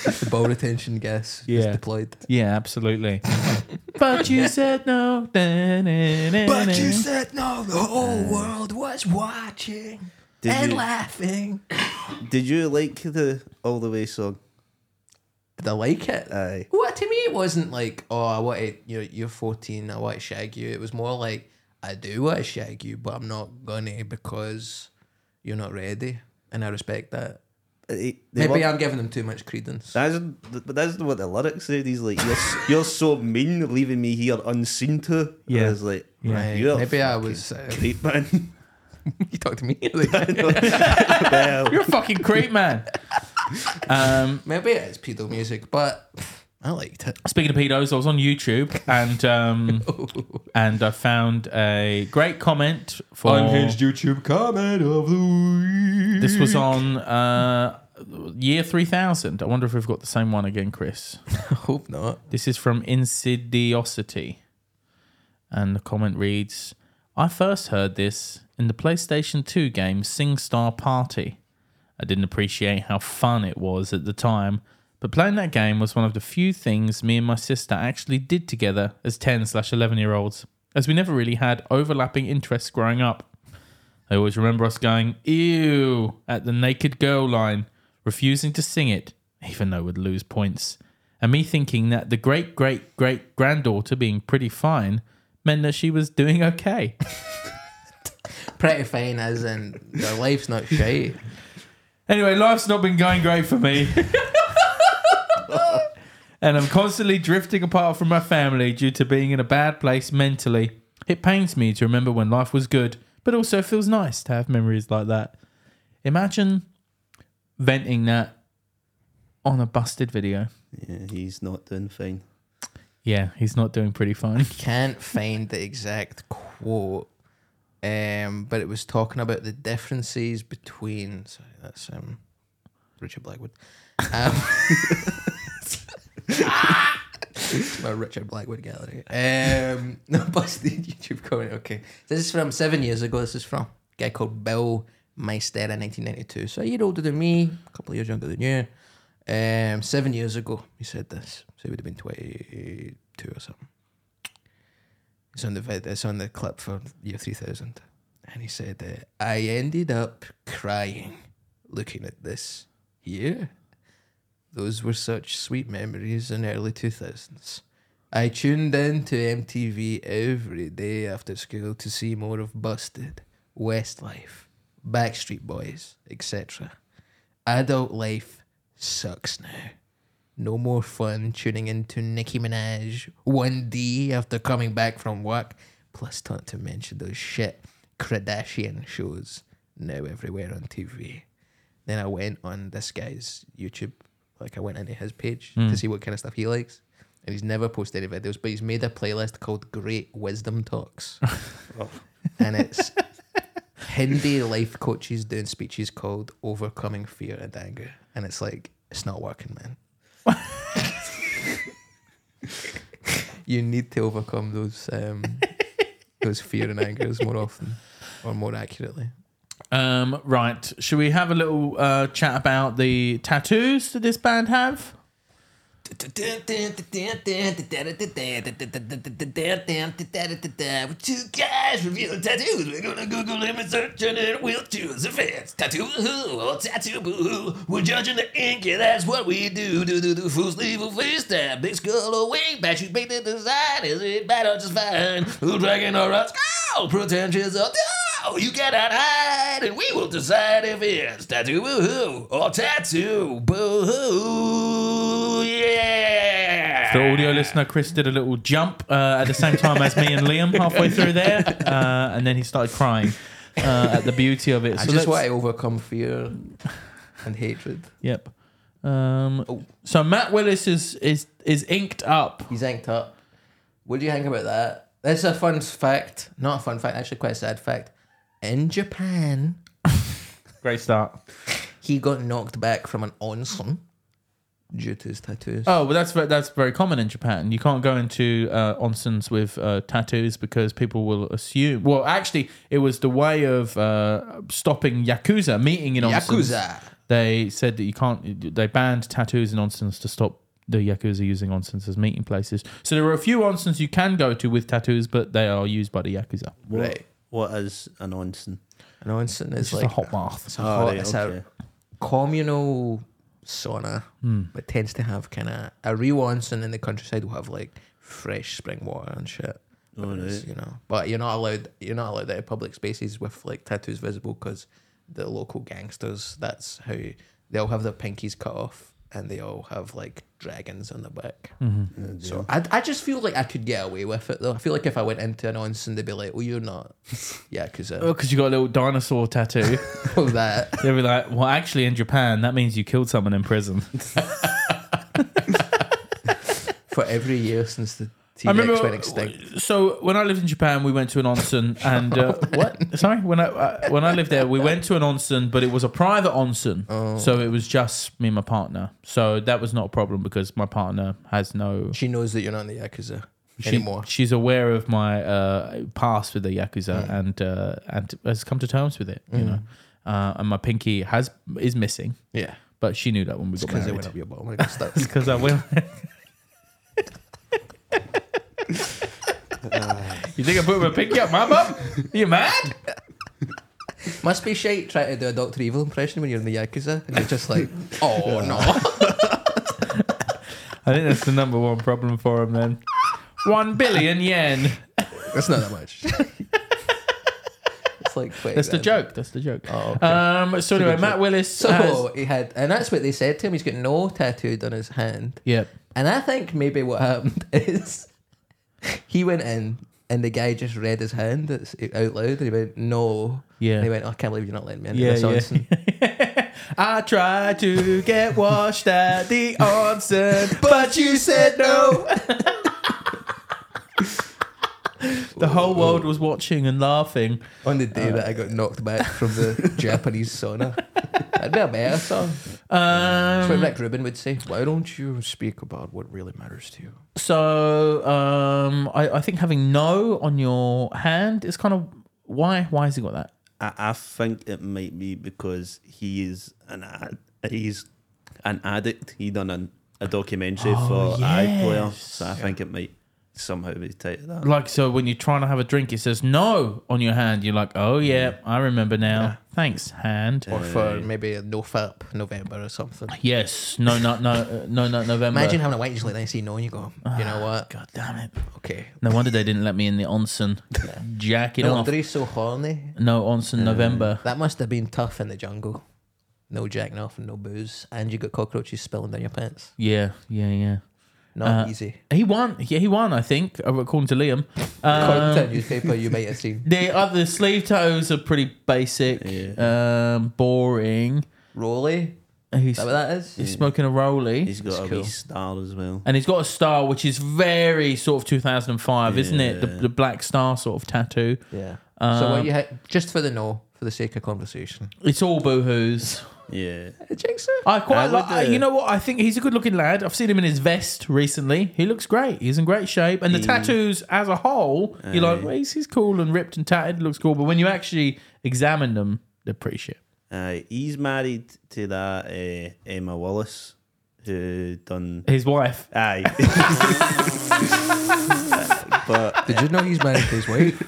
The ball retention gas is Yeah. deployed. Yeah, absolutely. but you said no. But said no, the whole world was watching Did you- laughing. Did you like the All the Way song? Did I like it? Uh, Aye. Well, to me, it wasn't like, oh, I want to, you're, you're 14, I want to shag you. It was more like, I do want to shag you, but I'm not gonna because you're not ready. And I respect that. They- they Maybe were- I'm giving them too much credence. That's but that's what the lyrics said. He's like, you're, s- you're so mean, leaving me here unseen to. Yeah, Yeah. I was like, Yeah. you're Maybe I fucking was. Uh, creep, man. you talk to me. Like, well, You're a fucking creep, man. Um, maybe it's pedo music, but pff, I liked it. Speaking of pedos, I was on YouTube and um, and I found a great comment for Oh. Unhinged YouTube comment of the week. this was on uh, year three thousand. I wonder if we've got the same one again, Chris. I hope not. This is from Insidiosity, and the comment reads: "I first heard this in the PlayStation Two game SingStar Party. I didn't appreciate how fun it was at the time." But playing that game was one of the few things me and my sister actually did together as 10 slash 11 year olds, as we never really had overlapping interests growing up. I always remember us going, ew, at the naked girl line, refusing to sing it, even though we'd lose points. And me thinking that the great great great granddaughter being pretty fine meant that she was doing okay. Pretty fine, as in your life's not shite. Anyway, life's not been going great for me. and I'm constantly drifting apart from my family due to being in a bad place mentally. It pains me to remember when life was good, but also feels nice to have memories like that. Imagine venting that on a busted video. yeah, he's not doing fine. Yeah, he's not doing pretty fine. can't find the exact quote, um, but it was talking about the differences between. Sorry, that's um, Richard Blackwood. Um, my Richard Blackwood gallery. Um, no, busted YouTube comment. Okay, this is from seven years ago. This is from. guy called Bill Meister in 1992. So a year older than me, a couple of years younger than you. Um, seven years ago, he said this. So he would have been 22 or something. It's on the vid- it's on the clip for year 3000. And he said, uh, I ended up crying looking at this here. Those were such sweet memories in early 2000s. I tuned in to MTV every day after school to see more of Busted, Westlife, Backstreet Boys, etc. Adult life sucks now. No more fun tuning into Nicki Minaj 1D after coming back from work. Plus, not to mention those shit Kardashian shows now everywhere on TV. Then I went on this guy's YouTube, like I went into his page to see what kind of stuff he likes. And he's never posted any videos, but he's made a playlist called Great Wisdom Talks. and it's Hindi life coaches doing speeches called Overcoming Fear and Anger. And it's like, it's not working, man. you need to overcome those um, those fear and angers more often, or more accurately. Um, right. Should we have a little uh, chat about the tattoos that this band have? With two guys revealing tattoos. We're gonna Google them and search and it will choose the fans. Tattoo hoo or tattoo boo hoo. We're judging the ink, yeah, that's what we do. Do do do full sleeve or face stab. Big skull or wing bash, you make the design. Is it bad or just fine? Who's dragging or a skull? Pretentious or no? You cannot hide, and we will decide if it's tattoo boo hoo or tattoo boo hoo. Yeah. For the audio listener, Chris did a little jump uh, at the same time as me and Liam halfway through there, uh, and then he started crying uh, at the beauty of it. I So just let's- want to overcome fear and hatred. Yep. Um, So Matt Willis is is is inked up. He's inked up. What do you think about that? That's a fun fact. Not a fun fact, actually, quite a sad fact. In Japan, Great start. he got knocked back from an onsen due to his tattoos. Oh, well, that's ve- that's very common in Japan. You can't go into uh, onsens with uh, tattoos because people will assume. Well, actually, it was the way of uh, stopping yakuza meeting in onsens. Yakuza. They said that you can't. They banned tattoos in onsens to stop the yakuza using onsens as meeting places. So there are a few onsens you can go to with tattoos, but they are used by the yakuza. What, Right. What is an onsen? An onsen It's is like a hot bath. Oh, It's a, hot, right, Oh, it's okay. a communal sauna Hmm. that tends to have kind of a real onsen in the countryside will have like fresh spring water and shit. Oh, But it's, You know, but you're not allowed. You're not allowed out of public spaces with like tattoos visible because the local gangsters. That's how they all have their pinkies cut off and they all have like dragons on their back. Mm-hmm. So I, I just feel like I could get away with it though. I feel like if I went into an onsen, they'd be like, "Well, you're not." yeah, because uh, Because you got a little dinosaur tattoo. that. They'll be like, well, actually, in Japan, that means you killed someone in prison. for every year since the T I Rex remember. went extinct. So when I lived in Japan, we went to an onsen, and uh, what? Sorry, when I uh, when I lived there, we went to an onsen, but it was a private onsen, so it was just me and my partner. So that was not a problem because my partner has no. She knows that you're not in the Yakuza She, anymore. She's aware of my uh, past with the yakuza, Mm. and uh, and has come to terms with it. You know, uh, and my pinky has is missing, Yeah. but she knew that when we got Because they married. went up your bum like stuff. Because I went. you think I put my pinky up my bum? You mad? Must be shite trying to do a Doctor Evil impression when you're in the Yakuza and you're just like, oh no. I think that's the number one problem for him then. One billion yen. That's not that much. it's like wait, That's the then. joke. That's the joke. Oh, okay. Um. So anyway, Matt Willis. So has- he had and that's what they said to him, he's got no tattooed on his hand. yep. And I think maybe what happened is he went in and the guy just read his hand out loud and he went, No. Yeah. And he went, oh, I can't believe you're not letting me in. Yeah, this yeah. onsen." I tried to get washed at the onsen, but you said no. the whole world was watching and laughing. On the Uh, day that I got knocked back from the Japanese sauna. That'd be a better song. That's what Um, Rick Rubin would say. Why don't you speak about what really matters to you? So um, I, I think having no on your hand is kind of why. Why has he got that? I, I think it might be because he is an ad, he's an addict. He done an, a documentary for iPlayer, so I think it might somehow be tied to that. Like so, when you're trying to have a drink, it says no on your hand. You're like, oh yeah, I remember now. Thanks, hand. Or Uh, for maybe a no up November or something. Yes, no, not no, uh, no, not November. Imagine having a white chocolate and then see no and you go, you know what? Ah, God damn it! Okay. No wonder they didn't let me in the onsen. Jacket No off. wonder he's so horny. No onsen November. That must have been tough in the jungle. No jacking off and no booze. And you got cockroaches spilling down your pants. Yeah, yeah, yeah. Not Uh, easy. He won. Yeah, he won. I think, uh, according to Liam. According to a Um, newspaper you might have seen. the other sleeve toes are pretty basic, um, boring. Rolly? He's, Is that what that is? he's smoking a rollie. He's got a cool. wee star as well. and he's got a star which is very sort of 2005 isn't it the, the black star sort of tattoo Yeah. so Um, what you ha- just for the no, for the sake of conversation. it's all boohoos Yeah, i quite would, like uh, you know what i think he's a good looking lad i've seen him in his vest recently he looks great he's in great shape and the tattoos as a whole you're like well, he's, he's cool and ripped and tatted looks cool but when you actually examine them they're pretty shit uh, he's married to that uh, Emma Wallace, who done his wife aye. but Did you know he's married to his wife?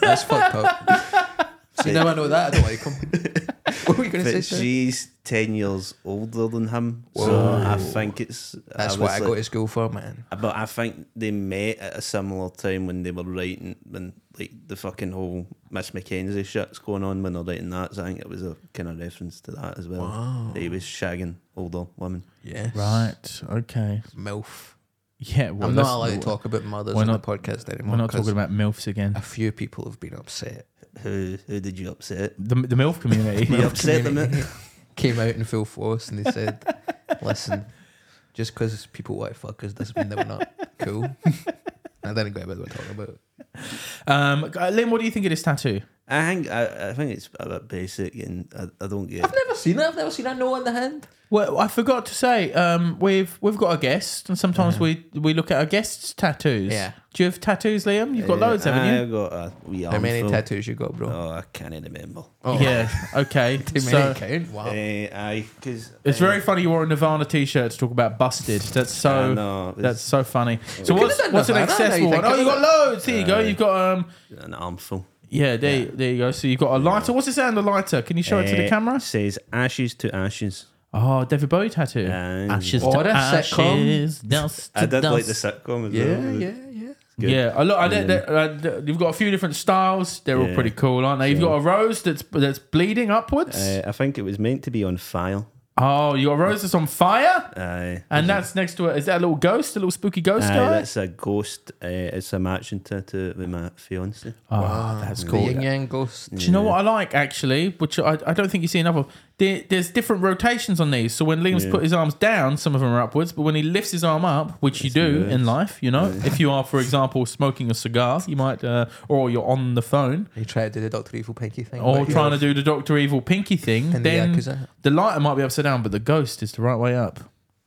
That's fucked up. See, now I know that. I don't like him. what were you going to but say? Sue? she's ten years older than him, so I think it's That's what I obviously- go to school for, man. But I think they met at a similar time when they were writing, when like the fucking whole Miss Mackenzie shit's going on when they're writing that. So I think it was a kind of reference to that as well. That he was shagging older women. Yes. right okay MILF. yeah well, I'm not let's- allowed to talk about mothers we're on not- the podcast anymore. we're not 'cause talking about milfs again A few people have been upset. Who who did you upset? the, the milf community You upset them. eh? Came out in full force and they said, listen, just because people want to fuck us doesn't mean that we're not cool. I didn't get what they were talking about. um, uh, liam what do you think of this tattoo I think I, I think it's a bit basic, and I, I don't get. I've never seen that. I've never seen that no on the hand. Well, I forgot to say, um, we've we've got a guest, and sometimes we we look at our guests' tattoos. Yeah. Do you have tattoos, Liam? You've got loads, haven't you? I've got a wee How many armful. tattoos you got, bro? Oh, I can't remember. Oh. Yeah. Okay. Too many so count? Wow. Eh, aye, because it's very funny you wore a Nirvana t-shirt to talk about busted. That's so. I know, it's- that's so funny. So could what's have done what's an Nirvana, now you accessible one? think Oh, of you got it. loads. There you go. You've got um. eh, an armful. Yeah. There there you go. So you've got a lighter. What's the sound of lighter? Can you show it to the Eh, camera? Says ashes to ashes. Oh, David Bowie tattoo. Oh, Um, ashes What to a sitcom. ashes, dust I to did like dust. the sitcom as Yeah, well. yeah, yeah. good. Yeah, I look. I don't- they- uh, you've got a few different styles. They're all Yeah. pretty cool, aren't they? You've got a rose that's that's bleeding upwards. Uh, I think it was meant to be on file. oh, you got a rose that's on fire, Aye. and that's next to it. Is that a little ghost, a little spooky ghost Aye, guy? that's a ghost. Uh, it's a matching tattoo with my fiance. Ah. oh, that's The cool. yin yang ghost. Do you know what I like actually? Which I, I don't think you see enough of. There, there's different rotations on these. So when Liam's put his arms down, some of them are upwards. But when he lifts his arm up, which you do in life, you know, if you are, for example, smoking a cigar, you might, uh, or you're on the phone, You try to do the Doctor Evil Pinky thing. or but you trying know, to do the Doctor Evil pinky thing, And the then Yakuza. the lighter might be upside down, but the ghost is the right way up.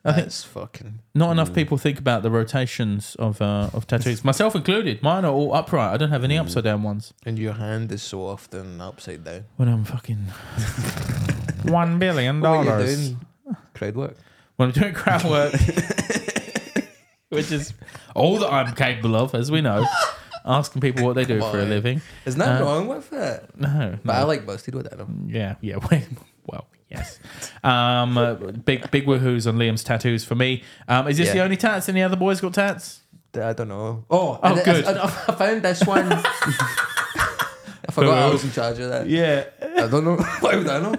That's fucking. Not enough people think about the rotations of uh, of tattoos, myself included. Mine are all upright. I don't have any upside down ones. And your hand is so often upside down. When I'm fucking one billion What are you dollars doing? Crowd work. when I'm doing crowd work, which is all that I'm capable of, as we know. Asking people what they do Come for a on. living. Is that Uh, wrong with it? No, But no. I like busted with that. though. Yeah, yeah. Well, yes. Um, uh, big big woohoo's on Liam's tattoos for me. Um, is this the Yeah. only tats? Any other boys got tats? I don't know. Oh, Oh, I, I- good. I, I, found this one. I forgot I was in charge of that. Yeah. I don't know. Why would I know?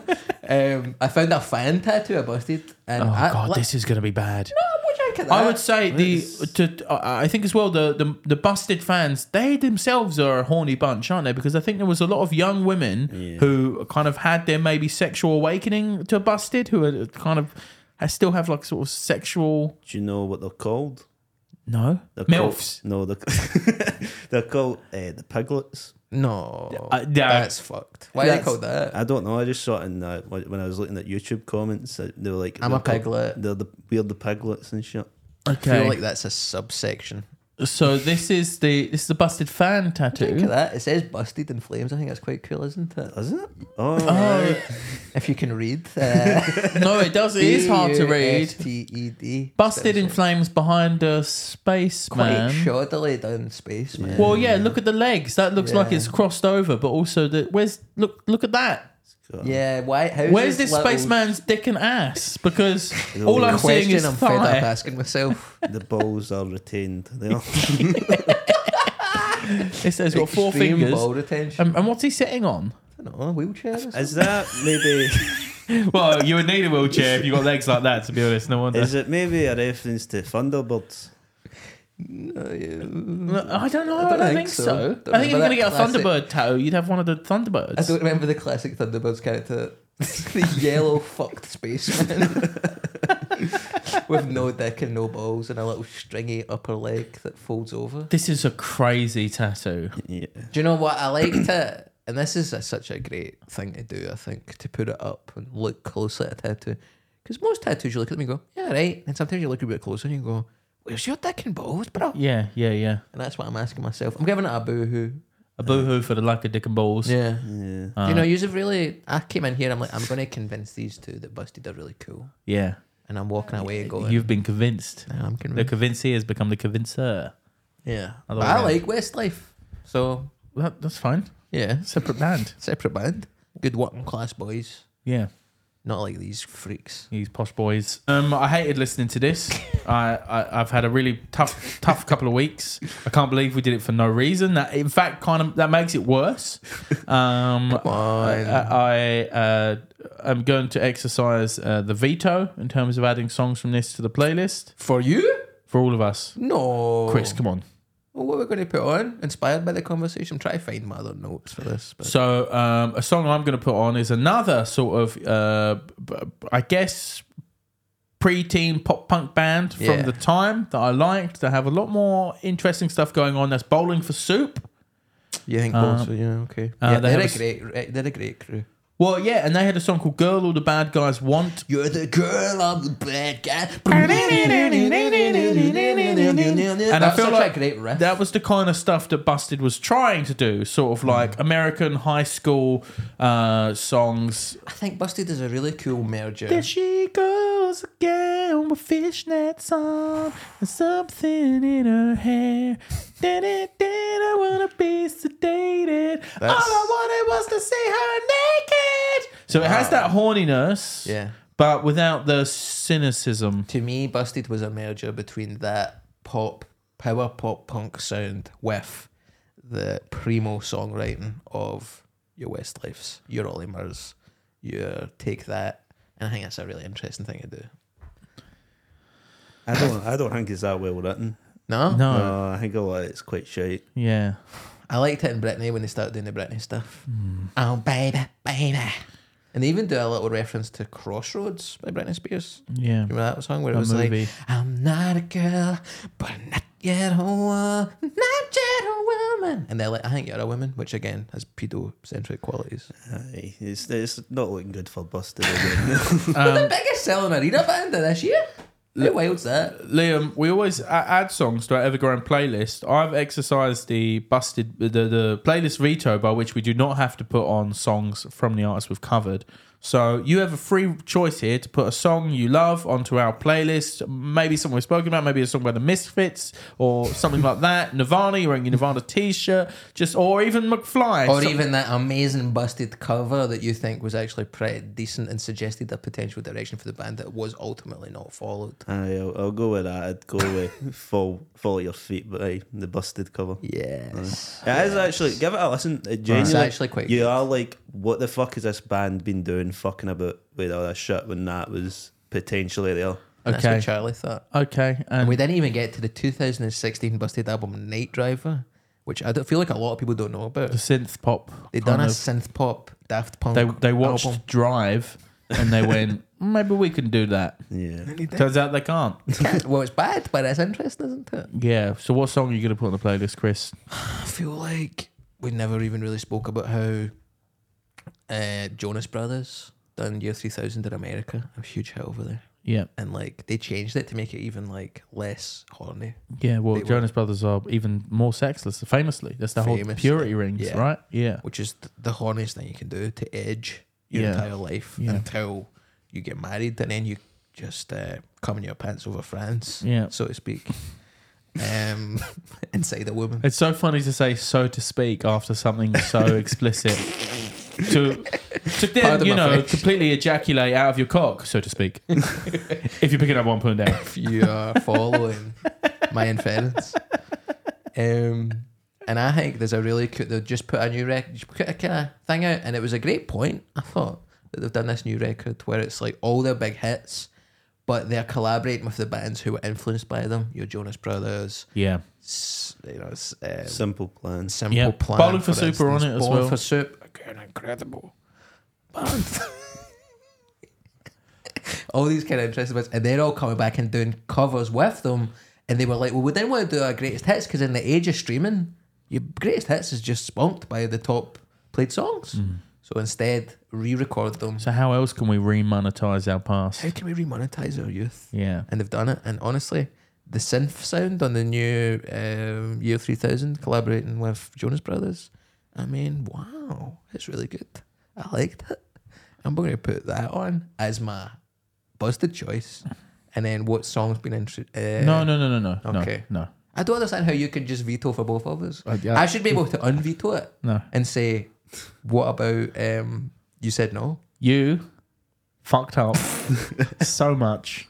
Um, I found a fan tattoo I busted. And Oh I, god, like, this is going to be bad. I would drink at I that. would say the to, uh, I I think as well the, the the busted fans they themselves are a horny bunch, aren't they? Because I think there was a lot of young women who kind of had their maybe sexual awakening to busted, who are kind of I still have like sort of sexual Do you know what they're called? no They're milfs. Called, no, they're, they're called uh, the piglets. No. Uh, yeah. That's fucked. Why are they That's- called that? I don't know. I just saw it in the, when I was looking at YouTube comments. uh, They were like, I'm a they're called- piglet. They're the weird the piglets and shit. I Okay, feel like that's a subsection. So this is the this is the busted fan Look at tattoo. that. It says busted in flames. I think that's quite cool, isn't it? Is it? Oh, right. If you can read. Uh, No, it does. It is hard to read. B-U-S-T-E-D. Busted in flames behind a spaceman. Quite shoddily done space, man. Well, yeah. Look at the legs. That looks like Yeah. it's crossed over, but also the where's look look at that. God. Yeah, why? How's Where's this this little spaceman's dick and ass? Because all I'm seeing Question is I'm fed up thigh. asking myself. The balls are retained. They are. It says got four Extreme fingers. Ball retention. Um, and what's he sitting on? I don't know, wheelchair. or something? Is that maybe? Well, you would need a wheelchair if you got legs like that. To be honest, no wonder. Is it maybe a reference to Thunderbirds? I don't know. I don't, think, so. I think if you're Remember gonna get a that classic- Thunderbird tattoo, you'd have one of the I Thunderbirds. don't remember the classic Thunderbirds character. the yellow fucked spaceman. With no dick and no balls and a little stringy upper leg that folds over. This is a crazy tattoo. Yeah. Do you know what? I liked it. And this is a, such a great thing to do, I think, to put it up and look closely at a tattoo. Because most tattoos, you look at them and go, yeah, right. And sometimes you look a bit closer and you go, where's your dick and balls, bro? Yeah, yeah, yeah. And that's what I'm asking myself. I'm giving it a boohoo. A boohoo for the lack of dick and balls. Yeah. Yeah. Uh-huh. you know, you've really. I came in here. I'm like, I'm going to convince these two that Busted are really cool, Yeah. and I'm walking away going, You've been convinced. "Nah, I'm The convinced. convincee has become the convincer. yeah, Other but way I around. like Westlife, so That, that's fine. yeah, Separate band. separate band, good working class boys, Yeah. not like these freaks. These posh boys. Um, I hated listening to this. I, I I've had a really tough tough couple of weeks. I can't believe we did it for no reason. That in fact kind of that makes it worse. Um, I, I uh, am going to exercise uh, the veto in terms of adding songs from this to the playlist For you? for all of us. No, Chris, come on. Well, what are we going to put on? Inspired by the conversation, try to find my other notes for this. But So um, a song I'm going to put on is another sort of, uh, b- b- I guess, pre-teen pop punk band from Yeah. the time that I liked. They have a lot more interesting stuff going on. That's Bowling for Soup. you think uh, both? Yeah, okay. uh, yeah, they they're a have a great, re- they're a great crew. Well, yeah, and they had a song called "Girl All the Bad Guys Want." You're the girl of the bad guy. And I feel like a great riff. That was the kind of stuff that Busted was trying to do, sort of Mm. like American high school uh, songs. I think Busted is a really cool merger. There she goes again with fishnets on and something in her hair. Did it, did I want to be sedated? All That's- I wanted was to see her naked. So it has that horniness, Yeah. but without the cynicism. To me, Busted was a merger between that pop, power pop punk sound with the primo songwriting of your Westlifes, your Ollie Murs, your Take That. And I think that's a really interesting thing to do. I don't. I don't think it's that well written. No? No, No, I think a lot. of It's quite shite. yeah. I liked it in Britney when they started doing the Britney stuff. Oh, baby, baby. And they even do a little reference to Crossroads by Britney Spears. Yeah. Remember that song where That it was movie. like, I'm not a girl, but not yet a woman, not yet a woman. And they're like, I think you're a woman, which again has pedo-centric qualities. Aye. It's it's not looking good for Busted again. Um, the biggest selling arena band of this year. How wild's that? Liam, we always a- add songs to our Evergreen playlist. I've exercised the busted the, the playlist veto by which we do not have to put on songs from the artists we've covered. So you have a free choice here to put a song you love onto our playlist. Maybe something we've spoken about, maybe a song by the Misfits or something like that. Nirvana, you're wearing your Nirvana t-shirt, just or even McFly. Or So- even that amazing busted cover that you think was actually pretty decent and suggested a potential direction for the band that was ultimately not followed. Aye, I'll, I'll go with that. I'd go with fall fall at your feet, but aye, the Busted cover. Yes. It is actually give it a listen. It genuinely, It's actually quite You good. are like, what the fuck has this band been doing, fucking about with all this shit when that was potentially there? And That's Okay. what Charlie thought. Okay, and And we didn't even get to the 2016 busted album Night Driver, which I don't feel like a lot of people don't know about. the synth pop. They kind done a of- synth pop Daft Punk. they they watched album. Drive and they went, maybe we can do that. Yeah, Turns out they can't. well, it's bad, but it's interesting, isn't it? Yeah. So what song are you gonna put on the playlist, Chris? I feel like we never even really spoke about how uh, Jonas Brothers done Year 3000 in America. I'm a huge hit over there. Yeah. and like they changed it to make it even like less horny. Yeah. Well, They were- Jonas Brothers are even more sexless. Famously, that's the whole Famously, purity rings, yeah. right? Yeah. which is th- the horniest thing you can do to edge your Yeah. entire life Yeah. until you get married and then you just uh, come in your pants over France, Yeah. so to speak, um, inside a woman. It's so funny to say so to speak after something so explicit. to to then, Pardon you my know, French. completely ejaculate out of your cock, so to speak. if you're picking up one point down. If you are following my inference, um, and I think there's a really cool. They just put a new record, just put a kind of thing out, and it was a great point. I thought that they've done this new record where it's like all their big hits. But they're collaborating with the bands who were influenced by them. Your Jonas Brothers, Yeah. s- you know, s- uh, Simple plans. simple Yeah. plan. Bowling for Soup are on instance. it as Bowling well. for soup, again, incredible. Bowling for- all these kind of interesting bits, and they're all coming back and doing covers with them. And they were like, "Well, we didn't want to do our greatest hits because in the age of streaming, your greatest hits is just spunked by the top played songs. Mm. So instead, re-record them. So how else can we remonetize our past? How can we re-monetize our youth? Yeah. and they've done it. And honestly, the synth sound on the new um, Year 3000 collaborating with Jonas Brothers, I mean, wow, it's really good. I liked it. I'm going to put that on as my busted choice. And then what song's been introduced? Uh, No, no, no, no, no. Okay. No. I don't understand how you can just veto for both of us. Uh, yeah. I should be able to unveto it No. No. and say, what about um, you said no? You fucked up so much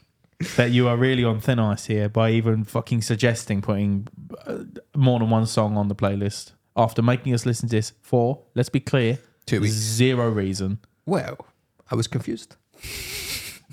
that you are really on thin ice here by even fucking suggesting putting uh, more than one song on the playlist after making us listen to this for, let's be clear, Two weeks. zero reason. Well, I was confused.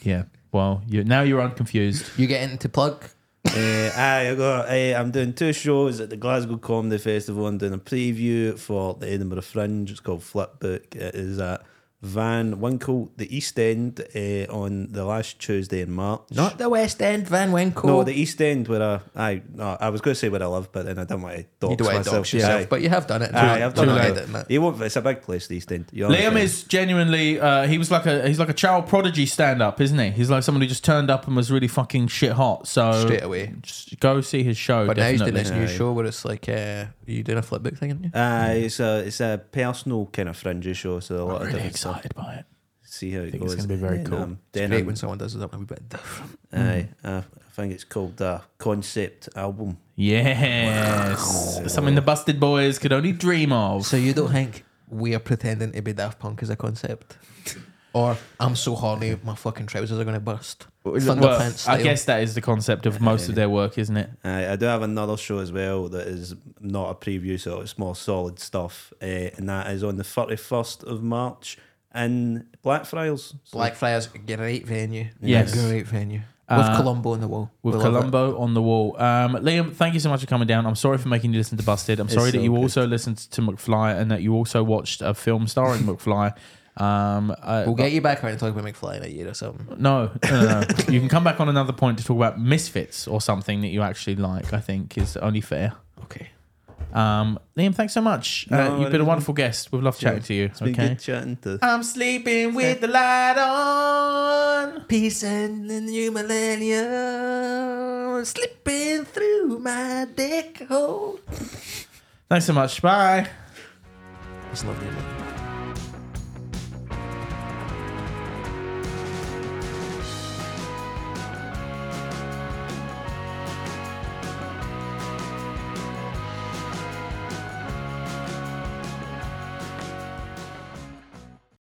Yeah. Well, you now you're unconfused. You getting to plug? uh, aye, I got, eh, I'm doing two shows at the Glasgow Comedy Festival. I'm doing a preview for the Edinburgh Fringe. It's called Flipbook. It is at Van Winkle, the East End, eh, on the last Tuesday in March. Not the West End, Van Winkle. No, the East End where I, I, no, I was going to say where I live, but then I didn't want to dox You do it myself. dox yourself, Aye. but you have done it. Aye, I've done Well, it. I didn't, uh, You won't, it's a big place, the East End. You Liam understand. is genuinely uh, he was like a he's like a child prodigy stand up, isn't he? He's like someone who just turned up and was really fucking shit hot. So Straight away. just go see his show. But now he's doing definitely. this new show where it's like, uh, you doing a flipbook thing, aren't you? Aye, it's a, it's a personal kind of fringy show, so a I'm Oh, lot of really different stuff. excited by it. See how it think goes. it's gonna be very And, cool. um, then Great I'm- when someone does it up a wee bit different. Aye, uh, I think it's called the concept album. Yes, something the Busted Boys could only dream of. So you don't think we are pretending to be Daft Punk as a concept? or I'm so horny, my fucking trousers are going to burst. well, Thunderpants style. I guess that is the concept of most of their work, isn't it? Aye, I do have another show as well that is not a preview, so it's more solid stuff, uh, and that is on the thirty first of March in Blackfriars. So Blackfriars, great venue. Yes. Great venue. Uh, with Colombo on the wall. With We love it. Columbo on the wall. Um, Liam, thank you so much for coming down. I'm sorry for making you listen to Busted. I'm sorry that so you good. also listened to McFly and that you also watched a film starring McFly. Um, uh, We'll get you back on and talk about McFly in a year or something. No, no, no, no. you can come back on another point to talk about misfits or something that you actually like. I think is only fair. Okay. Um, Liam, thanks so much. No, uh, you've been a wonderful guest. We've loved chatting to you. It's been Okay. good chatting to. I'm sleeping with the light on. Peace and the new millennium slipping through my dick hole. Thanks so much. Bye. It's lovely. man.